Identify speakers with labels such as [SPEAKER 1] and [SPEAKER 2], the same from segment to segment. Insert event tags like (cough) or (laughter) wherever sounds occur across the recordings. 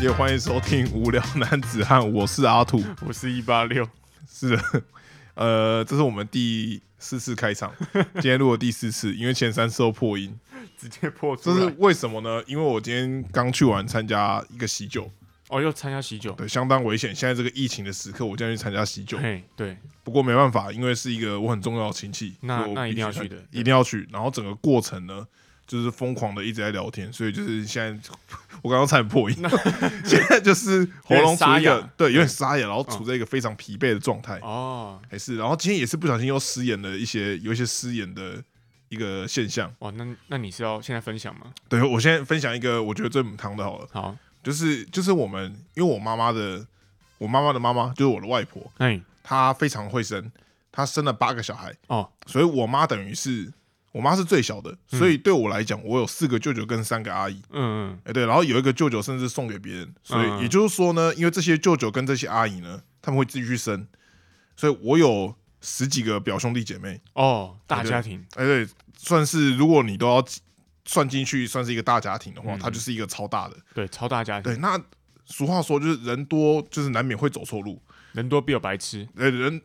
[SPEAKER 1] 也欢迎收听《无聊男子汉》，我是阿土。
[SPEAKER 2] 我是一八六， (laughs)
[SPEAKER 1] 是的，呃，这是我们第四次开
[SPEAKER 2] (laughs)
[SPEAKER 1] 场，今天录了第四次，因为前三次都破音，
[SPEAKER 2] 直接破出
[SPEAKER 1] 这
[SPEAKER 2] 来。
[SPEAKER 1] 是为什么呢？因为我今天刚去完参加一个喜酒，
[SPEAKER 2] 哦，又参加喜酒。
[SPEAKER 1] 对，相当危险。现在这个疫情的时刻，我竟然去参加喜酒，
[SPEAKER 2] 嘿，对，
[SPEAKER 1] 不过没办法，因为是一个我很重要的亲戚，
[SPEAKER 2] 那
[SPEAKER 1] 所以我
[SPEAKER 2] 那一
[SPEAKER 1] 必须
[SPEAKER 2] 定要
[SPEAKER 1] 参 (laughs)
[SPEAKER 2] 去的
[SPEAKER 1] 一定要去。然后整个过程呢，就是疯狂的一直在聊天，所以就是现在我刚刚差点
[SPEAKER 2] (laughs)
[SPEAKER 1] 破音，现在就是喉咙处于一个
[SPEAKER 2] 有点沙哑嗯
[SPEAKER 1] 对有点沙哑，然后处在一个非常疲惫的状态，
[SPEAKER 2] 哦，
[SPEAKER 1] 还是然后今天也是不小心又失言了一些有一些失言的一个现象。
[SPEAKER 2] 哇，那那你是要现在分享吗？
[SPEAKER 1] 对我现在分享一个我觉得最母汤的好了，
[SPEAKER 2] 好，
[SPEAKER 1] 就是就是我们因为我妈妈的我妈妈的妈妈就是我的外婆，
[SPEAKER 2] 哎，
[SPEAKER 1] 她非常会生，她生了八个小孩。
[SPEAKER 2] 哦，
[SPEAKER 1] 所以我妈等于是我妈是最小的，所以对我来讲，我有四个舅舅跟三个阿姨。
[SPEAKER 2] 嗯嗯，
[SPEAKER 1] 哎、对，然后有一个舅舅甚至送给别人，所
[SPEAKER 2] 嗯
[SPEAKER 1] 以也就是说呢，因为这些舅舅跟这些阿姨呢，他们会继续生，所以我有十几个表兄弟姐妹。
[SPEAKER 2] 哦，大
[SPEAKER 1] 哎对
[SPEAKER 2] 家庭，
[SPEAKER 1] 哎、对，算是如果你都要算进去，算是一个大家庭的话，
[SPEAKER 2] 嗯
[SPEAKER 1] 它就是一个超大的。
[SPEAKER 2] 对，超大家庭，
[SPEAKER 1] 对，那俗话说就是人多就是难免会走错路，
[SPEAKER 2] 人多必有白痴，
[SPEAKER 1] 呃、人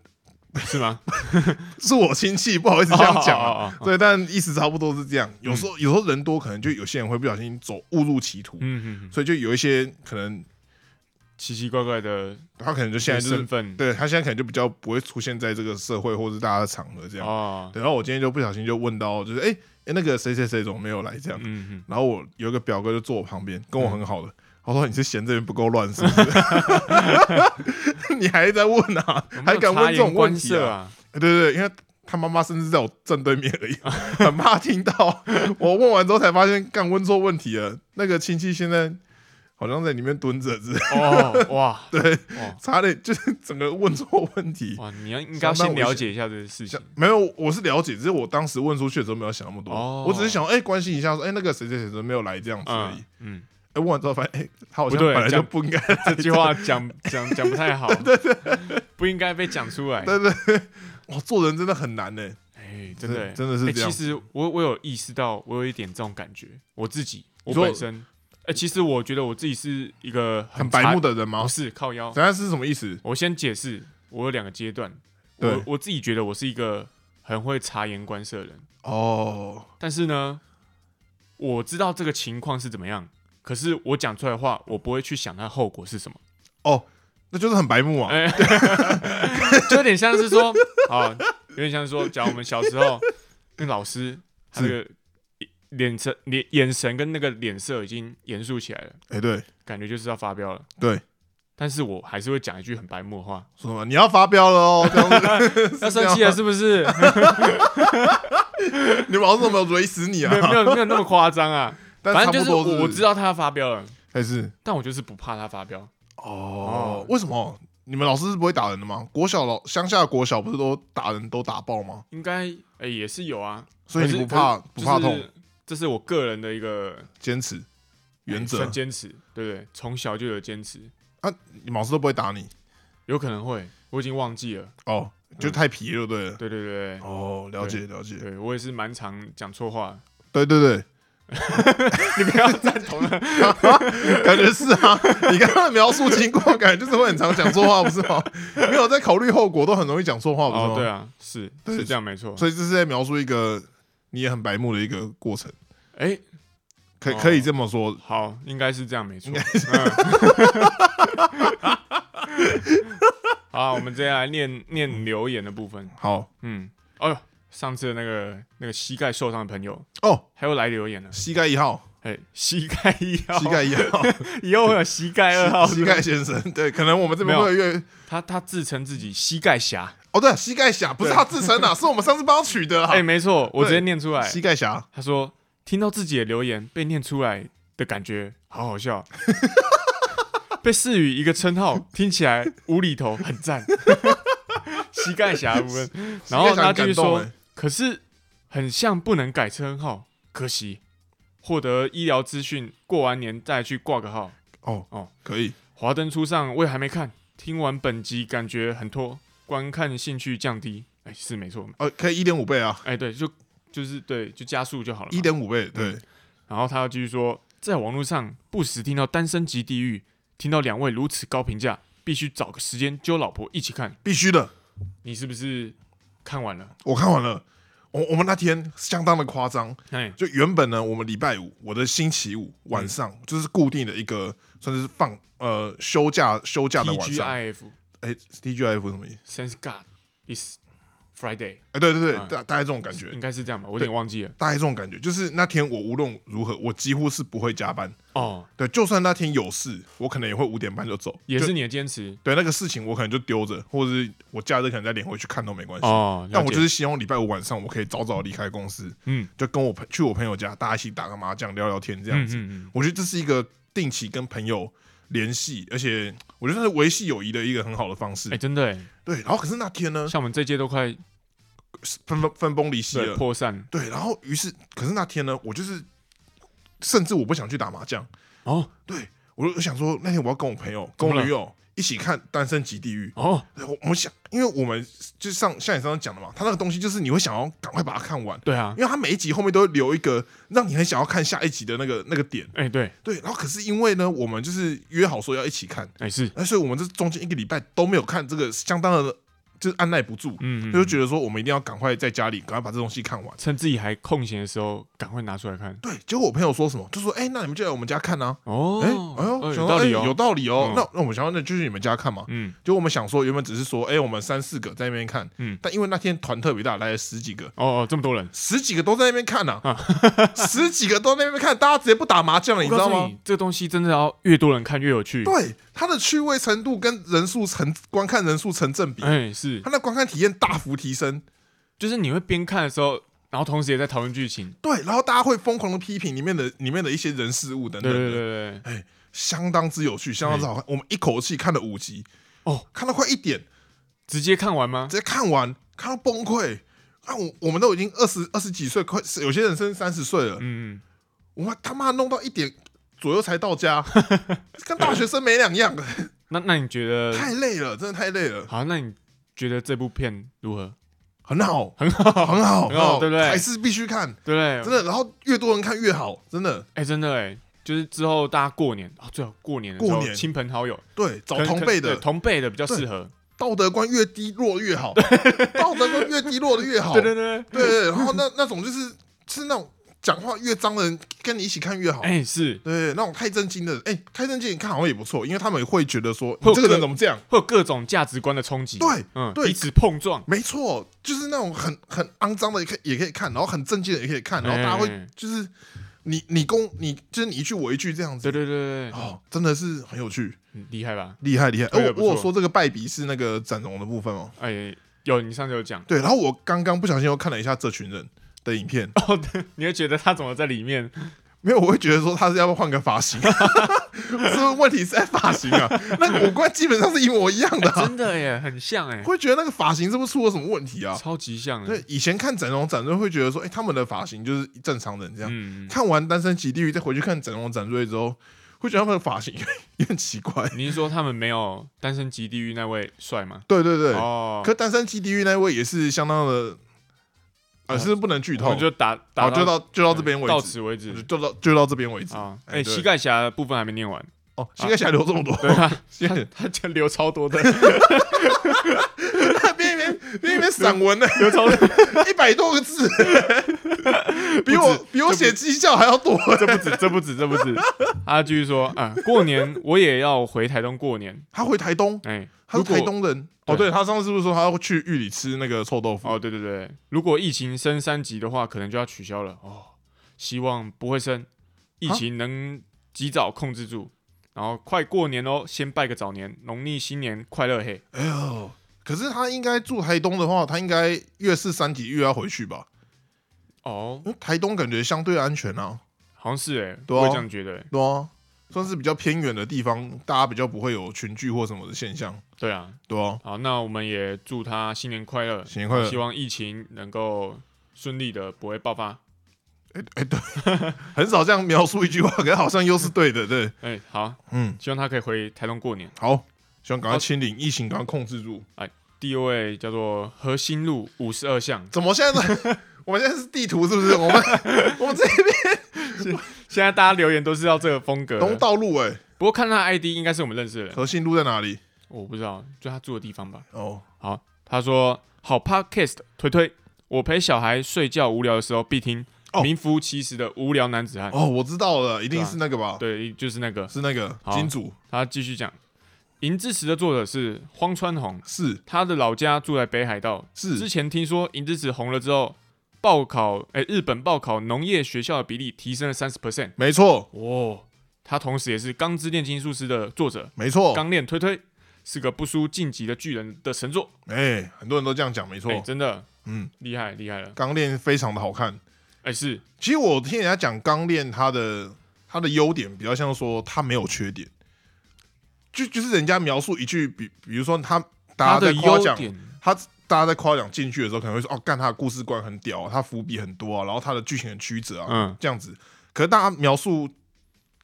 [SPEAKER 2] 是吗？
[SPEAKER 1] (laughs) 是我亲戚，不好意思这样讲啊。
[SPEAKER 2] 哦，哦哦哦
[SPEAKER 1] 对，但意思差不多是这样。
[SPEAKER 2] 嗯
[SPEAKER 1] 有时候、有时候人多，可能就有些人会不小心走误入歧途，
[SPEAKER 2] 嗯嗯嗯，
[SPEAKER 1] 所以就有一些可能
[SPEAKER 2] 奇奇怪怪的
[SPEAKER 1] 他可能就现在就是
[SPEAKER 2] 身份，
[SPEAKER 1] 对他现在可能就比较不会出现在这个社会或是大家的场合这样。
[SPEAKER 2] 哦，
[SPEAKER 1] 对然后我今天就不小心就问到，就是哎、诶那个谁谁谁怎么没有来这样？
[SPEAKER 2] 嗯嗯，
[SPEAKER 1] 然后我有一个表哥就坐我旁边，跟我很好的。他说：“你是嫌这边不够乱是不是？ (laughs) 你还在问啊？
[SPEAKER 2] 有没
[SPEAKER 1] 还
[SPEAKER 2] 有
[SPEAKER 1] 敢
[SPEAKER 2] 察
[SPEAKER 1] 问这
[SPEAKER 2] 言
[SPEAKER 1] 种问
[SPEAKER 2] 观
[SPEAKER 1] 题
[SPEAKER 2] 色
[SPEAKER 1] 啊？
[SPEAKER 2] 啊？
[SPEAKER 1] 欸对对对，因为他妈妈甚至在我正对面而已，很怕听到。我问完之后才发现，干问错问题了。那个亲戚现在好像在里面蹲着，是
[SPEAKER 2] 哦，哇，
[SPEAKER 1] 对，
[SPEAKER 2] 哇
[SPEAKER 1] 差点就是整个问错问题。
[SPEAKER 2] 哇，你要应该要
[SPEAKER 1] 相当
[SPEAKER 2] 先
[SPEAKER 1] 危
[SPEAKER 2] 了
[SPEAKER 1] 险
[SPEAKER 2] 解一下这个事情
[SPEAKER 1] 想。没有，我是了解，只是我当时问出去的时候没有想那么多，
[SPEAKER 2] 哦
[SPEAKER 1] 我只是想哎、欸关心一下说，哎、那个谁谁谁怎么没有来这样子而已。
[SPEAKER 2] 嗯嗯，
[SPEAKER 1] 哎、问完之后发现，哎、他好像
[SPEAKER 2] 不对
[SPEAKER 1] 本来
[SPEAKER 2] 这
[SPEAKER 1] 就
[SPEAKER 2] 样
[SPEAKER 1] 不应该
[SPEAKER 2] 这句话讲 (laughs) 讲讲
[SPEAKER 1] (laughs)
[SPEAKER 2] 不太好，不应该被讲出来。
[SPEAKER 1] 对哇，做人真的很难呢、
[SPEAKER 2] 哎，真的欸
[SPEAKER 1] 真的是
[SPEAKER 2] 欸
[SPEAKER 1] 这样
[SPEAKER 2] 其实我我有意识到，我有一点这种感觉，我自己，我
[SPEAKER 1] 说
[SPEAKER 2] 本身，哎、其实我觉得我自己是一个
[SPEAKER 1] 很
[SPEAKER 2] 残
[SPEAKER 1] 白目，的人吗
[SPEAKER 2] 不？是靠腰。
[SPEAKER 1] 等下是什么意思？
[SPEAKER 2] 我先解释，我有两个阶段，
[SPEAKER 1] 对
[SPEAKER 2] 我我自己觉得我是一个很会察言观色的人，
[SPEAKER 1] 哦，
[SPEAKER 2] 但是呢，我知道这个情况是怎么样，可是我讲出来的话，我不会去想它后果是什么。
[SPEAKER 1] 那就是很白目啊。
[SPEAKER 2] 哎，就有点像是说， (laughs) 啊，有点像是说，讲我们小时候那老师，他那个脸色、脸眼神跟那个脸色已经严肃起来了，
[SPEAKER 1] 哎、对，
[SPEAKER 2] 感觉就是要发飙了。
[SPEAKER 1] 对，
[SPEAKER 2] 但是我还是会讲一句很白目的
[SPEAKER 1] (laughs)
[SPEAKER 2] 话，
[SPEAKER 1] 说什么你要发飙了哦，这样子
[SPEAKER 2] 要生气了是不是？
[SPEAKER 1] 啊你老师有没有怼死你啊
[SPEAKER 2] 没？有没有没有那么夸张啊，
[SPEAKER 1] (laughs) 但
[SPEAKER 2] 反
[SPEAKER 1] 差
[SPEAKER 2] 正就
[SPEAKER 1] 不
[SPEAKER 2] 是
[SPEAKER 1] 多
[SPEAKER 2] 我我知
[SPEAKER 1] 道
[SPEAKER 2] 道他要发飙了，
[SPEAKER 1] 还是
[SPEAKER 2] 但我就是不怕他发飙。
[SPEAKER 1] 哦，为什么你们老师是不会打人的吗？国小老乡下的国小不是都打人都打爆吗？
[SPEAKER 2] 应该哎也是有啊，
[SPEAKER 1] 所以你
[SPEAKER 2] 可是
[SPEAKER 1] 不怕
[SPEAKER 2] 可
[SPEAKER 1] 不
[SPEAKER 2] 是
[SPEAKER 1] 怕
[SPEAKER 2] 就是
[SPEAKER 1] 痛，
[SPEAKER 2] 这是我个人的一个
[SPEAKER 1] 坚持原则
[SPEAKER 2] 算，坚持，对不对？从小就有坚持，
[SPEAKER 1] 你们老师都不会打
[SPEAKER 2] 嗯
[SPEAKER 1] 你
[SPEAKER 2] 有可能会，我已经忘记了。
[SPEAKER 1] 哦，就太皮了，对了。
[SPEAKER 2] 对对对对
[SPEAKER 1] 哦，了解了解，
[SPEAKER 2] 对，我也是蛮常讲错话。
[SPEAKER 1] 对对对，
[SPEAKER 2] (laughs) 你不要赞同了，
[SPEAKER 1] (laughs) 感觉是啊。你刚刚的描述情况，感觉就是会很常讲错话，不是吗？没有在考虑后果，都很容易讲错话，不是
[SPEAKER 2] 哦
[SPEAKER 1] 吗？，
[SPEAKER 2] 对啊，是
[SPEAKER 1] 对
[SPEAKER 2] 是这样没错。
[SPEAKER 1] 所以这是在描述一个你也很白目的一个过程，
[SPEAKER 2] 哎，
[SPEAKER 1] 可以
[SPEAKER 2] 哦
[SPEAKER 1] 可以这么说。
[SPEAKER 2] 好，应该是这样没错。嗯好，我们接下来念念留言的部分。
[SPEAKER 1] 好
[SPEAKER 2] 嗯，哎呦，上次的那个那个膝盖受伤的朋友，
[SPEAKER 1] 哦，
[SPEAKER 2] 还有来留言呢。
[SPEAKER 1] 膝盖一号，
[SPEAKER 2] 哎，膝盖一号，
[SPEAKER 1] 膝盖一号，
[SPEAKER 2] 以后会有膝盖哦 (laughs) 二号，
[SPEAKER 1] 膝盖先生，对，可能我们这边
[SPEAKER 2] 没有
[SPEAKER 1] 会越
[SPEAKER 2] 他他自称自己膝盖侠。
[SPEAKER 1] 哦，对，膝盖侠不是
[SPEAKER 2] 对
[SPEAKER 1] 他自称啊，是我们上次帮他取的啊
[SPEAKER 2] 哎，，没错，我直接
[SPEAKER 1] 对
[SPEAKER 2] 念出来。
[SPEAKER 1] 膝盖侠，
[SPEAKER 2] 他说听到自己的留言被念出来的感觉，好好笑。 (laughs) 被赐予一个称号，听起来无厘头，很赞。 (laughs) 膝盖侠无问，然后
[SPEAKER 1] 膝盖侠
[SPEAKER 2] 他
[SPEAKER 1] 很
[SPEAKER 2] 继
[SPEAKER 1] 感动
[SPEAKER 2] 续说
[SPEAKER 1] 哎，，
[SPEAKER 2] 可是很像不能改称号，可惜。获得医疗资讯，过完年再去挂个号。
[SPEAKER 1] 哦哦
[SPEAKER 2] 哦，
[SPEAKER 1] 可以，
[SPEAKER 2] 华灯初上，我也还没看。听完本集感觉很拖，观看兴趣降低。哎，是没错。
[SPEAKER 1] 哦，可以一点五倍啊，
[SPEAKER 2] 哎，对，就就是对，就加速就好了嘛。嗯
[SPEAKER 1] 一点五倍，对，
[SPEAKER 2] 然后他又继续说，在网络上不时听到单身级地狱，听到两位如此高评价，必须找个时间揪老婆一起看。
[SPEAKER 1] 必须的。
[SPEAKER 2] 你是不是看完了？
[SPEAKER 1] 我看完了，我我们那天相当的夸张，
[SPEAKER 2] 哎，
[SPEAKER 1] 就原本呢，我们礼拜五，我的星期五晚上、
[SPEAKER 2] 嗯
[SPEAKER 1] 就是固定的一个算是放呃休假休假的晚上。
[SPEAKER 2] TGIF
[SPEAKER 1] 哎，TGIF 什么意思？
[SPEAKER 2] Thanks God is Friday，
[SPEAKER 1] 哎，对对对，
[SPEAKER 2] 嗯
[SPEAKER 1] 大大概这种感觉，
[SPEAKER 2] 应该是这样吧？我有点忘记了。
[SPEAKER 1] 大概这种感觉，就是那天我无论如何，我几乎是不会加班。
[SPEAKER 2] 哦，
[SPEAKER 1] 对，就算那天有事，我可能也会五点半就走。
[SPEAKER 2] 也
[SPEAKER 1] 就是
[SPEAKER 2] 你的坚持
[SPEAKER 1] 对那个事情，我可能就丢着，或者是我假日可能再连回去看都没关系。
[SPEAKER 2] 哦。
[SPEAKER 1] 但我
[SPEAKER 2] 了
[SPEAKER 1] 就
[SPEAKER 2] 解
[SPEAKER 1] 是希望礼拜五晚上我可以早早离开公司，
[SPEAKER 2] 嗯
[SPEAKER 1] 就跟我朋去我朋友家，大家一起打个麻将、聊聊天这样
[SPEAKER 2] 嗯
[SPEAKER 1] 子。
[SPEAKER 2] 嗯嗯，
[SPEAKER 1] 我觉得这是一个定期跟朋友联系，而且我觉得是维系友谊的一个很好的方式。
[SPEAKER 2] 哎，真的哎，
[SPEAKER 1] 对，然后可是那天呢，
[SPEAKER 2] 像我们这届都快
[SPEAKER 1] 分分分崩离析
[SPEAKER 2] 对
[SPEAKER 1] 了。
[SPEAKER 2] 破散
[SPEAKER 1] 对，啊然后于是，可是那天呢，我就是甚至我不想去打麻将，
[SPEAKER 2] 哦
[SPEAKER 1] 我就想说那天我要跟我朋友、
[SPEAKER 2] 怎
[SPEAKER 1] 跟
[SPEAKER 2] 么了
[SPEAKER 1] 我女友一起看《单身级地狱》
[SPEAKER 2] 哦，
[SPEAKER 1] 对。我我们想，因为我们就上像你刚刚讲的嘛，他那个东西就是你会想要赶快把它看完。
[SPEAKER 2] 对啊，
[SPEAKER 1] 因为他每一集后面都会留一个让你很想要看下一集的那个那个点，
[SPEAKER 2] 哎对，
[SPEAKER 1] 对。然后可是因为呢，我们就是约好说要一起看，
[SPEAKER 2] 哎是，
[SPEAKER 1] 那所以我们这中间一个礼拜都没有看这个，相当的就是按耐不住，
[SPEAKER 2] 嗯，
[SPEAKER 1] 就
[SPEAKER 2] 嗯
[SPEAKER 1] 觉得说我们一定要赶快在家里赶快把这东西看完。
[SPEAKER 2] 趁自己还空闲的时候，赶快拿出来看。
[SPEAKER 1] 对，结果我朋友说什么，就说哎、那你们就来我们家看啊。
[SPEAKER 2] 哦，
[SPEAKER 1] 哎、哎呦，想
[SPEAKER 2] 有
[SPEAKER 1] 说
[SPEAKER 2] 道
[SPEAKER 1] 哎
[SPEAKER 2] 理哦，
[SPEAKER 1] 有道理哦
[SPEAKER 2] 嗯。
[SPEAKER 1] 那那我们想说，那就去你们家看嘛。
[SPEAKER 2] 嗯，
[SPEAKER 1] 就我们想说，原本只是说，哎、我们三四个在那边看，
[SPEAKER 2] 嗯
[SPEAKER 1] 但因为那天团特别大，来了十几个，
[SPEAKER 2] 哦哦，这么多人，
[SPEAKER 1] 十几个都在那边看呐、啊十几个都在那边看，大家直接不打麻将了，你知道
[SPEAKER 2] 啊我告诉
[SPEAKER 1] 吗？
[SPEAKER 2] 你？这个东西真的要越多人看越有趣。
[SPEAKER 1] 对，它的趣味程度跟人数成观看人数成正比，
[SPEAKER 2] 哎，是，
[SPEAKER 1] 它的观看体验大幅提升。
[SPEAKER 2] 就是你会边看的时候，然后同时也在讨论剧情。
[SPEAKER 1] 对，然后大家会疯狂的批评里面的里面的一些人事物等
[SPEAKER 2] 对
[SPEAKER 1] 等的，哎
[SPEAKER 2] 对对对，
[SPEAKER 1] 相当之有趣，相当之好看。我们一口气看了五集，
[SPEAKER 2] 哦，
[SPEAKER 1] 看到快一点，
[SPEAKER 2] 直接看完吗？
[SPEAKER 1] 直接看完，看到崩溃。啊，我我们都已经二十二十几岁，快有些人甚至三十岁了，
[SPEAKER 2] 嗯，嗯
[SPEAKER 1] 我们他妈弄到一点左右才到
[SPEAKER 2] (laughs)
[SPEAKER 1] 家，跟大学生没两样，
[SPEAKER 2] 那那你觉得？
[SPEAKER 1] 太累了，真的太累了。
[SPEAKER 2] 好，那你觉得这部片如何？
[SPEAKER 1] 很好，很好，很好，
[SPEAKER 2] 很好对不对
[SPEAKER 1] 还是必须看，
[SPEAKER 2] 对不对？
[SPEAKER 1] 真的。然后越多人看越好，真的。
[SPEAKER 2] 哎、真的哎、就是之后大家过年哦，最好过年的时
[SPEAKER 1] 过
[SPEAKER 2] 候
[SPEAKER 1] 年
[SPEAKER 2] 亲朋好友，
[SPEAKER 1] 对，
[SPEAKER 2] 可
[SPEAKER 1] 找
[SPEAKER 2] 能
[SPEAKER 1] 同
[SPEAKER 2] 可
[SPEAKER 1] 辈
[SPEAKER 2] 对
[SPEAKER 1] 的
[SPEAKER 2] 同辈的比较适合。
[SPEAKER 1] 道德观越低落越好，道德观越低落的越好。
[SPEAKER 2] 对对对，
[SPEAKER 1] 对对然后那那种就是是那种讲话越脏的人，跟你一起看越好。
[SPEAKER 2] 哎、是
[SPEAKER 1] 对，那种太震惊的，哎，太震惊，你看好像也不错，因为他们会觉得说
[SPEAKER 2] 会
[SPEAKER 1] 你
[SPEAKER 2] 有
[SPEAKER 1] 这个
[SPEAKER 2] 各
[SPEAKER 1] 人怎么这样？
[SPEAKER 2] 会有各种价值观的冲击。
[SPEAKER 1] 对，
[SPEAKER 2] 嗯，
[SPEAKER 1] 对
[SPEAKER 2] 彼此碰撞。
[SPEAKER 1] 没错，就是那种很很肮脏的也可以也可以看，然后很震惊的也可以看，然后大家
[SPEAKER 2] 哎
[SPEAKER 1] 会就是你你攻你就是你一句我一句这样子
[SPEAKER 2] 对。对对对对，
[SPEAKER 1] 哦，真的是很有趣，
[SPEAKER 2] 嗯厉害吧？
[SPEAKER 1] 厉害厉害。
[SPEAKER 2] 这个
[SPEAKER 1] 哎，
[SPEAKER 2] 不
[SPEAKER 1] 我
[SPEAKER 2] 错
[SPEAKER 1] 我有说这个败笔是那个整容的部分哦。
[SPEAKER 2] 哎、有你上次有讲
[SPEAKER 1] 对，然后我刚刚不小心又看了一下这群人的影片，
[SPEAKER 2] 哦，对，你会觉得他怎么在
[SPEAKER 1] (laughs)
[SPEAKER 2] 里面？
[SPEAKER 1] 没有，我会觉得说他是要不要换个发型， (laughs) 是不是问题是在发型啊？那个五官基本上是一模一样的、啊，
[SPEAKER 2] 真的 (laughs) 耶，很像哎，
[SPEAKER 1] 会觉得那个发型是不是出了什么问题啊？
[SPEAKER 2] 超级像哎
[SPEAKER 1] 对，，以前看整容整容会觉得说，哎、他们的发型就是正常人这样。
[SPEAKER 2] 嗯，嗯
[SPEAKER 1] 看完《单身级地狱》再回去看整容整瑞之后，会觉得他们的发型有点奇怪。
[SPEAKER 2] 你是说他们没有《单身级地狱》那位帅吗？
[SPEAKER 1] 对对对，
[SPEAKER 2] 哦，
[SPEAKER 1] 可《单身级地狱》那位也是相当的，
[SPEAKER 2] 啊
[SPEAKER 1] 呃，是不是不能剧
[SPEAKER 2] 我
[SPEAKER 1] 透
[SPEAKER 2] 们，就打打
[SPEAKER 1] 好，就到就到这边为
[SPEAKER 2] 到
[SPEAKER 1] 止，
[SPEAKER 2] 此为
[SPEAKER 1] 就
[SPEAKER 2] 止
[SPEAKER 1] 就到就到这边为止。
[SPEAKER 2] 啊。
[SPEAKER 1] 哎
[SPEAKER 2] 哎，
[SPEAKER 1] 对
[SPEAKER 2] 膝盖侠的部分还没念完，
[SPEAKER 1] 哦，膝盖侠留这么多，
[SPEAKER 2] 对啊，
[SPEAKER 1] (laughs) 膝盖
[SPEAKER 2] 他就留超多
[SPEAKER 1] (laughs)
[SPEAKER 2] 的，
[SPEAKER 1] 边边边边散文呢，
[SPEAKER 2] 留超多，
[SPEAKER 1] 一百多个 (laughs) 字，比我比我写绩效还要 (laughs) 多。
[SPEAKER 2] 这不止，这不止，这不止。他继续说啊，过年我也要回台东过年，
[SPEAKER 1] 他回台东，
[SPEAKER 2] 哎，
[SPEAKER 1] 他
[SPEAKER 2] 如
[SPEAKER 1] 是
[SPEAKER 2] 果
[SPEAKER 1] 台东人。
[SPEAKER 2] 对
[SPEAKER 1] 哦，对，他上次是不是说他要去玉里吃那个臭豆腐？
[SPEAKER 2] 哦，对对对，如果疫情升三级的话，可能就要取消了哦。希望不会升，疫
[SPEAKER 1] 啊
[SPEAKER 2] 情能及早控制住，然后快过年哦，先拜个早年，农历新年快乐嘿。
[SPEAKER 1] 哎呦，可是他应该住台东的话，他应该越是三级越要回去吧？
[SPEAKER 2] 哦，
[SPEAKER 1] 因为台东感觉相对安全啊，
[SPEAKER 2] 好像是哎、欸，
[SPEAKER 1] 对啊
[SPEAKER 2] 我也这样觉得、欸。
[SPEAKER 1] 对啊，算是比较偏远的地方，大家比较不会有群聚或什么的现象，
[SPEAKER 2] 对啊，
[SPEAKER 1] 对啊。
[SPEAKER 2] 好，那我们也祝他新年快乐，
[SPEAKER 1] 新年快乐
[SPEAKER 2] 希！望疫情能够顺利的不会爆发。
[SPEAKER 1] 很少这样描述一句话，可是好像又是对的，对，
[SPEAKER 2] 哎、好，
[SPEAKER 1] 嗯，
[SPEAKER 2] 希望他可以回台东过年。
[SPEAKER 1] 好，希望赶快清零，疫情赶快控制住。
[SPEAKER 2] 第一位叫做核心路五十二巷，
[SPEAKER 1] 怎么现在
[SPEAKER 2] (laughs)
[SPEAKER 1] 是？我们现在是地图是不是？我们我们这边
[SPEAKER 2] 现在大家留言都是要这个风格的，
[SPEAKER 1] 东道路哎、
[SPEAKER 2] 不不过看他的 ID 应该是我们认识的人，
[SPEAKER 1] 和信路在哪里？
[SPEAKER 2] 我不知道，就他住的地方吧。
[SPEAKER 1] 哦，
[SPEAKER 2] 好，他说好 Podcast 推推，我陪小孩睡觉无聊的时候必听，
[SPEAKER 1] 哦
[SPEAKER 2] 名副其实的无聊男子汉。
[SPEAKER 1] 哦，我知道了，一定是那个吧？
[SPEAKER 2] 对，就是那个。
[SPEAKER 1] 是那个
[SPEAKER 2] 好
[SPEAKER 1] 金主，
[SPEAKER 2] 他继续讲，《银之匙》的作者是荒川弘，
[SPEAKER 1] 是
[SPEAKER 2] 他的老家住在北海道。之
[SPEAKER 1] 是
[SPEAKER 2] 前听说《银之匙》红了之后，报考哎、日本报考农业学校的比例提升了三十 percent。
[SPEAKER 1] 没错
[SPEAKER 2] 哦，他同时也是《钢之炼金术师》的作者，
[SPEAKER 1] 没错
[SPEAKER 2] 《钢炼推推》是个不输晋级的巨人的神作。
[SPEAKER 1] 哎、很多人都这样讲，没错
[SPEAKER 2] 哎、。真的
[SPEAKER 1] 嗯，
[SPEAKER 2] 厉害厉害了。
[SPEAKER 1] 钢炼非常的好看。
[SPEAKER 2] 哎、是
[SPEAKER 1] 其实我听人家讲钢炼，它的它的优点比较像说它没有缺点，就就是人家描述一句，比比如说他大家
[SPEAKER 2] 他
[SPEAKER 1] 在
[SPEAKER 2] 的
[SPEAKER 1] 夸
[SPEAKER 2] 优
[SPEAKER 1] 奖
[SPEAKER 2] 点
[SPEAKER 1] 他，大家在夸奖进去的时候，可能会说哦，干他的故事观很屌、啊，他伏笔很多啊，然后他的剧情很曲折啊，
[SPEAKER 2] 嗯，
[SPEAKER 1] 这样子。可是大家描述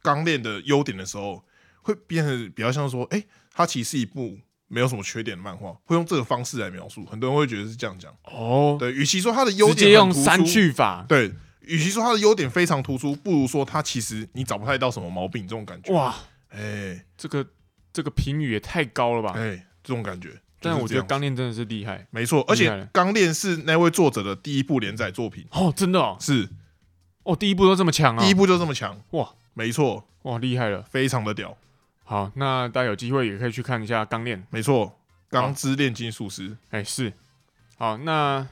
[SPEAKER 1] 钢炼的优点的时候，会变得比较像说，哎、它其实是一部没有什么缺点的漫画，会用这个方式来描述，很多人会觉得是这样讲。
[SPEAKER 2] 哦，
[SPEAKER 1] 对，与其说它的优
[SPEAKER 2] 直
[SPEAKER 1] 点
[SPEAKER 2] 接用
[SPEAKER 1] 很突出
[SPEAKER 2] 删去法，
[SPEAKER 1] 对，与其说它的优点非常突出，不如说它其实你找不太到什么毛病，这种感觉。
[SPEAKER 2] 哇，
[SPEAKER 1] 哎
[SPEAKER 2] 这个这个评语也太高了吧？
[SPEAKER 1] 哎，这种感觉。
[SPEAKER 2] 但
[SPEAKER 1] 就是
[SPEAKER 2] 我觉
[SPEAKER 1] 这
[SPEAKER 2] 得
[SPEAKER 1] 样
[SPEAKER 2] 《钢炼》真的是厉害
[SPEAKER 1] 没错，而且
[SPEAKER 2] 厉害了
[SPEAKER 1] 《钢炼》是那位作者的第一部连载作品，
[SPEAKER 2] 哦，真的哦，
[SPEAKER 1] 是
[SPEAKER 2] 哦，第一部都这么强啊，
[SPEAKER 1] 第一部就这么强
[SPEAKER 2] 哇！
[SPEAKER 1] 没错，
[SPEAKER 2] 哇，厉害了。
[SPEAKER 1] 非常的屌，
[SPEAKER 2] 好，那大家有机会也可以去看一下《钢炼》，
[SPEAKER 1] 没错，《钢之炼金术师》
[SPEAKER 2] 哎，是。好，那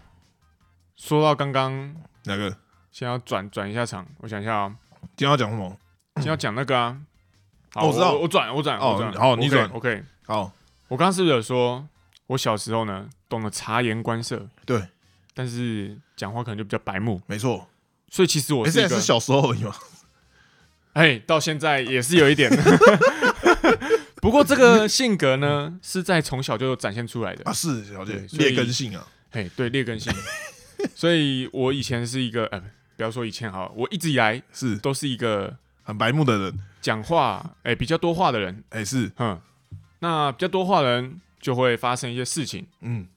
[SPEAKER 2] 说到刚刚，
[SPEAKER 1] 哪个？
[SPEAKER 2] 先要转转一下场，我想一下啊、
[SPEAKER 1] 今天要讲什么？
[SPEAKER 2] 先要讲那个啊。好，
[SPEAKER 1] 哦我知道
[SPEAKER 2] 我我转，我转，
[SPEAKER 1] 哦
[SPEAKER 2] 我转。
[SPEAKER 1] 好你转
[SPEAKER 2] OK，
[SPEAKER 1] 好，
[SPEAKER 2] 我刚刚是不是有说，我小时候呢懂得察言观色，
[SPEAKER 1] 对，
[SPEAKER 2] 但是讲话可能就比较白目，
[SPEAKER 1] 没错，
[SPEAKER 2] 所以其实我
[SPEAKER 1] 哎，
[SPEAKER 2] 是
[SPEAKER 1] 这
[SPEAKER 2] 一
[SPEAKER 1] 也
[SPEAKER 2] 个
[SPEAKER 1] 是，小时候而已嘛。
[SPEAKER 2] 哎，到现在也是有一点。 (laughs) 不过这个性格呢，是在从小就展现出来的
[SPEAKER 1] 啊，。是小姐
[SPEAKER 2] 对所以
[SPEAKER 1] 劣根性啊，
[SPEAKER 2] 嘿，对劣根性。 (laughs) 所以我以前是一个，呃，不要说以前好了，我一直以来
[SPEAKER 1] 是
[SPEAKER 2] 都是一个
[SPEAKER 1] 很白目的人，
[SPEAKER 2] 讲话，哎、比较多话的人。
[SPEAKER 1] 哎，是，
[SPEAKER 2] 哼，那比较多话的人就会发生一些事情，
[SPEAKER 1] 嗯，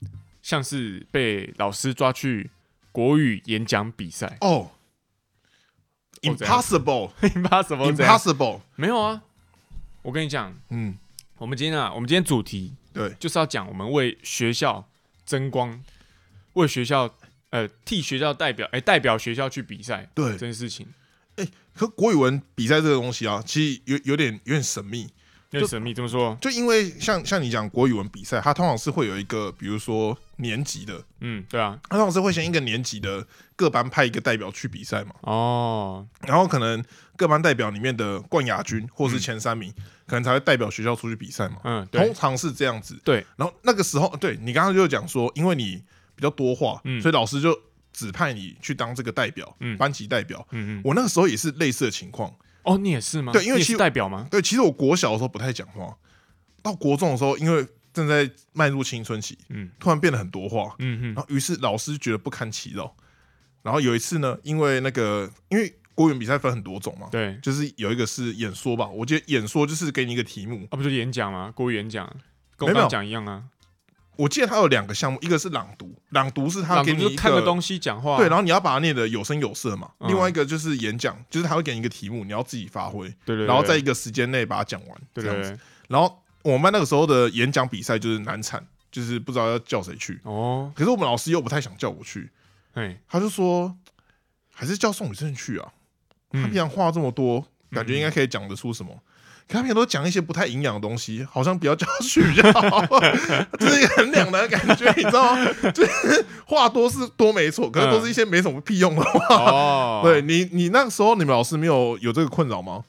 [SPEAKER 2] 像是被老师抓去国语演讲
[SPEAKER 1] (laughs)
[SPEAKER 2] 比赛
[SPEAKER 1] 哦
[SPEAKER 2] 哦怎样
[SPEAKER 1] ，impossible，
[SPEAKER 2] ，impossible 怎样
[SPEAKER 1] impossible，
[SPEAKER 2] 没有啊，我跟你讲，
[SPEAKER 1] 嗯，
[SPEAKER 2] 我们今天啊，我们今天主题
[SPEAKER 1] 对，
[SPEAKER 2] 就是要讲我们为学校争光，为学校呃替学校代表，哎、代表学校去比赛
[SPEAKER 1] 对
[SPEAKER 2] 这，件事情，
[SPEAKER 1] 可国语文比赛这个东西啊，其实有有点有点神秘，
[SPEAKER 2] 有点神秘，怎么说？
[SPEAKER 1] 就因为像像你讲国语文比赛，它通常是会有一个，比如说年级的，
[SPEAKER 2] 嗯，对啊，
[SPEAKER 1] 它通常是会先一个年级的各班派一个代表去比赛嘛，
[SPEAKER 2] 哦，
[SPEAKER 1] 然后可能各班代表里面的冠亚军或是前三名，可能才会代表学校出去比赛嘛，
[SPEAKER 2] 嗯，对
[SPEAKER 1] 通，常是这样子。
[SPEAKER 2] 对，
[SPEAKER 1] 然后那个时候，对你刚刚就讲说，因为你比较多话，
[SPEAKER 2] 嗯
[SPEAKER 1] 所以老师就指派你去当这个代表，
[SPEAKER 2] 嗯
[SPEAKER 1] 班级代表。
[SPEAKER 2] 嗯嗯，
[SPEAKER 1] 我那个时候也是类似的情况。
[SPEAKER 2] 哦，你也是吗？
[SPEAKER 1] 对因为
[SPEAKER 2] 你也
[SPEAKER 1] 其
[SPEAKER 2] 是
[SPEAKER 1] 实
[SPEAKER 2] 代表吗？
[SPEAKER 1] 对，其实我国小的时候不太讲话，到国中的时候，因为正在迈入青春期，
[SPEAKER 2] 嗯
[SPEAKER 1] 突然变得很多话，
[SPEAKER 2] 嗯
[SPEAKER 1] 然
[SPEAKER 2] 嗯，
[SPEAKER 1] 后于是老师觉得不堪其扰。然后有一次呢，因为那个因为国语比赛分很多种嘛，
[SPEAKER 2] 对，
[SPEAKER 1] 就是有一个是演说吧，我记得演说就是给你一个题目，
[SPEAKER 2] 啊，不就演讲吗？国语演讲，
[SPEAKER 1] 没有
[SPEAKER 2] 跟我
[SPEAKER 1] 没有
[SPEAKER 2] 刚讲一样啊，
[SPEAKER 1] 我记得它有两个项目，一个是朗读，朗读是他
[SPEAKER 2] 朗
[SPEAKER 1] 给
[SPEAKER 2] 读
[SPEAKER 1] 你
[SPEAKER 2] 就
[SPEAKER 1] 一
[SPEAKER 2] 是看个东西讲话，啊
[SPEAKER 1] 对，然后你要把它念得有声有色嘛。
[SPEAKER 2] 嗯
[SPEAKER 1] 另外一个就是演讲，就是他会给你一个题目，你要自己发挥，
[SPEAKER 2] 对对，
[SPEAKER 1] 然后在
[SPEAKER 2] 对
[SPEAKER 1] 一个时间内把它讲完，
[SPEAKER 2] 对
[SPEAKER 1] 这样
[SPEAKER 2] 对
[SPEAKER 1] 子。
[SPEAKER 2] 对，
[SPEAKER 1] 然后我们班那个时候的演讲比赛就是难产，就是不知道要叫谁去。
[SPEAKER 2] 哦，
[SPEAKER 1] 可是我们老师又不太想叫我去，
[SPEAKER 2] 哎，
[SPEAKER 1] 他就说还是叫宋宇正去啊，他 (laughs) 平
[SPEAKER 2] 嗯，
[SPEAKER 1] 常话这么多，感觉应该可以讲得出什么。可他平常都讲一些不太营养的东西，好像不要叫他去 (laughs) 比较好，这是一个很两难的感觉，你知道吗？就是话多是多没错，可是都是一些没什么屁用的话。，
[SPEAKER 2] 哦
[SPEAKER 1] (laughs) 对，你，你那个时候你们老师没有有这个困扰吗？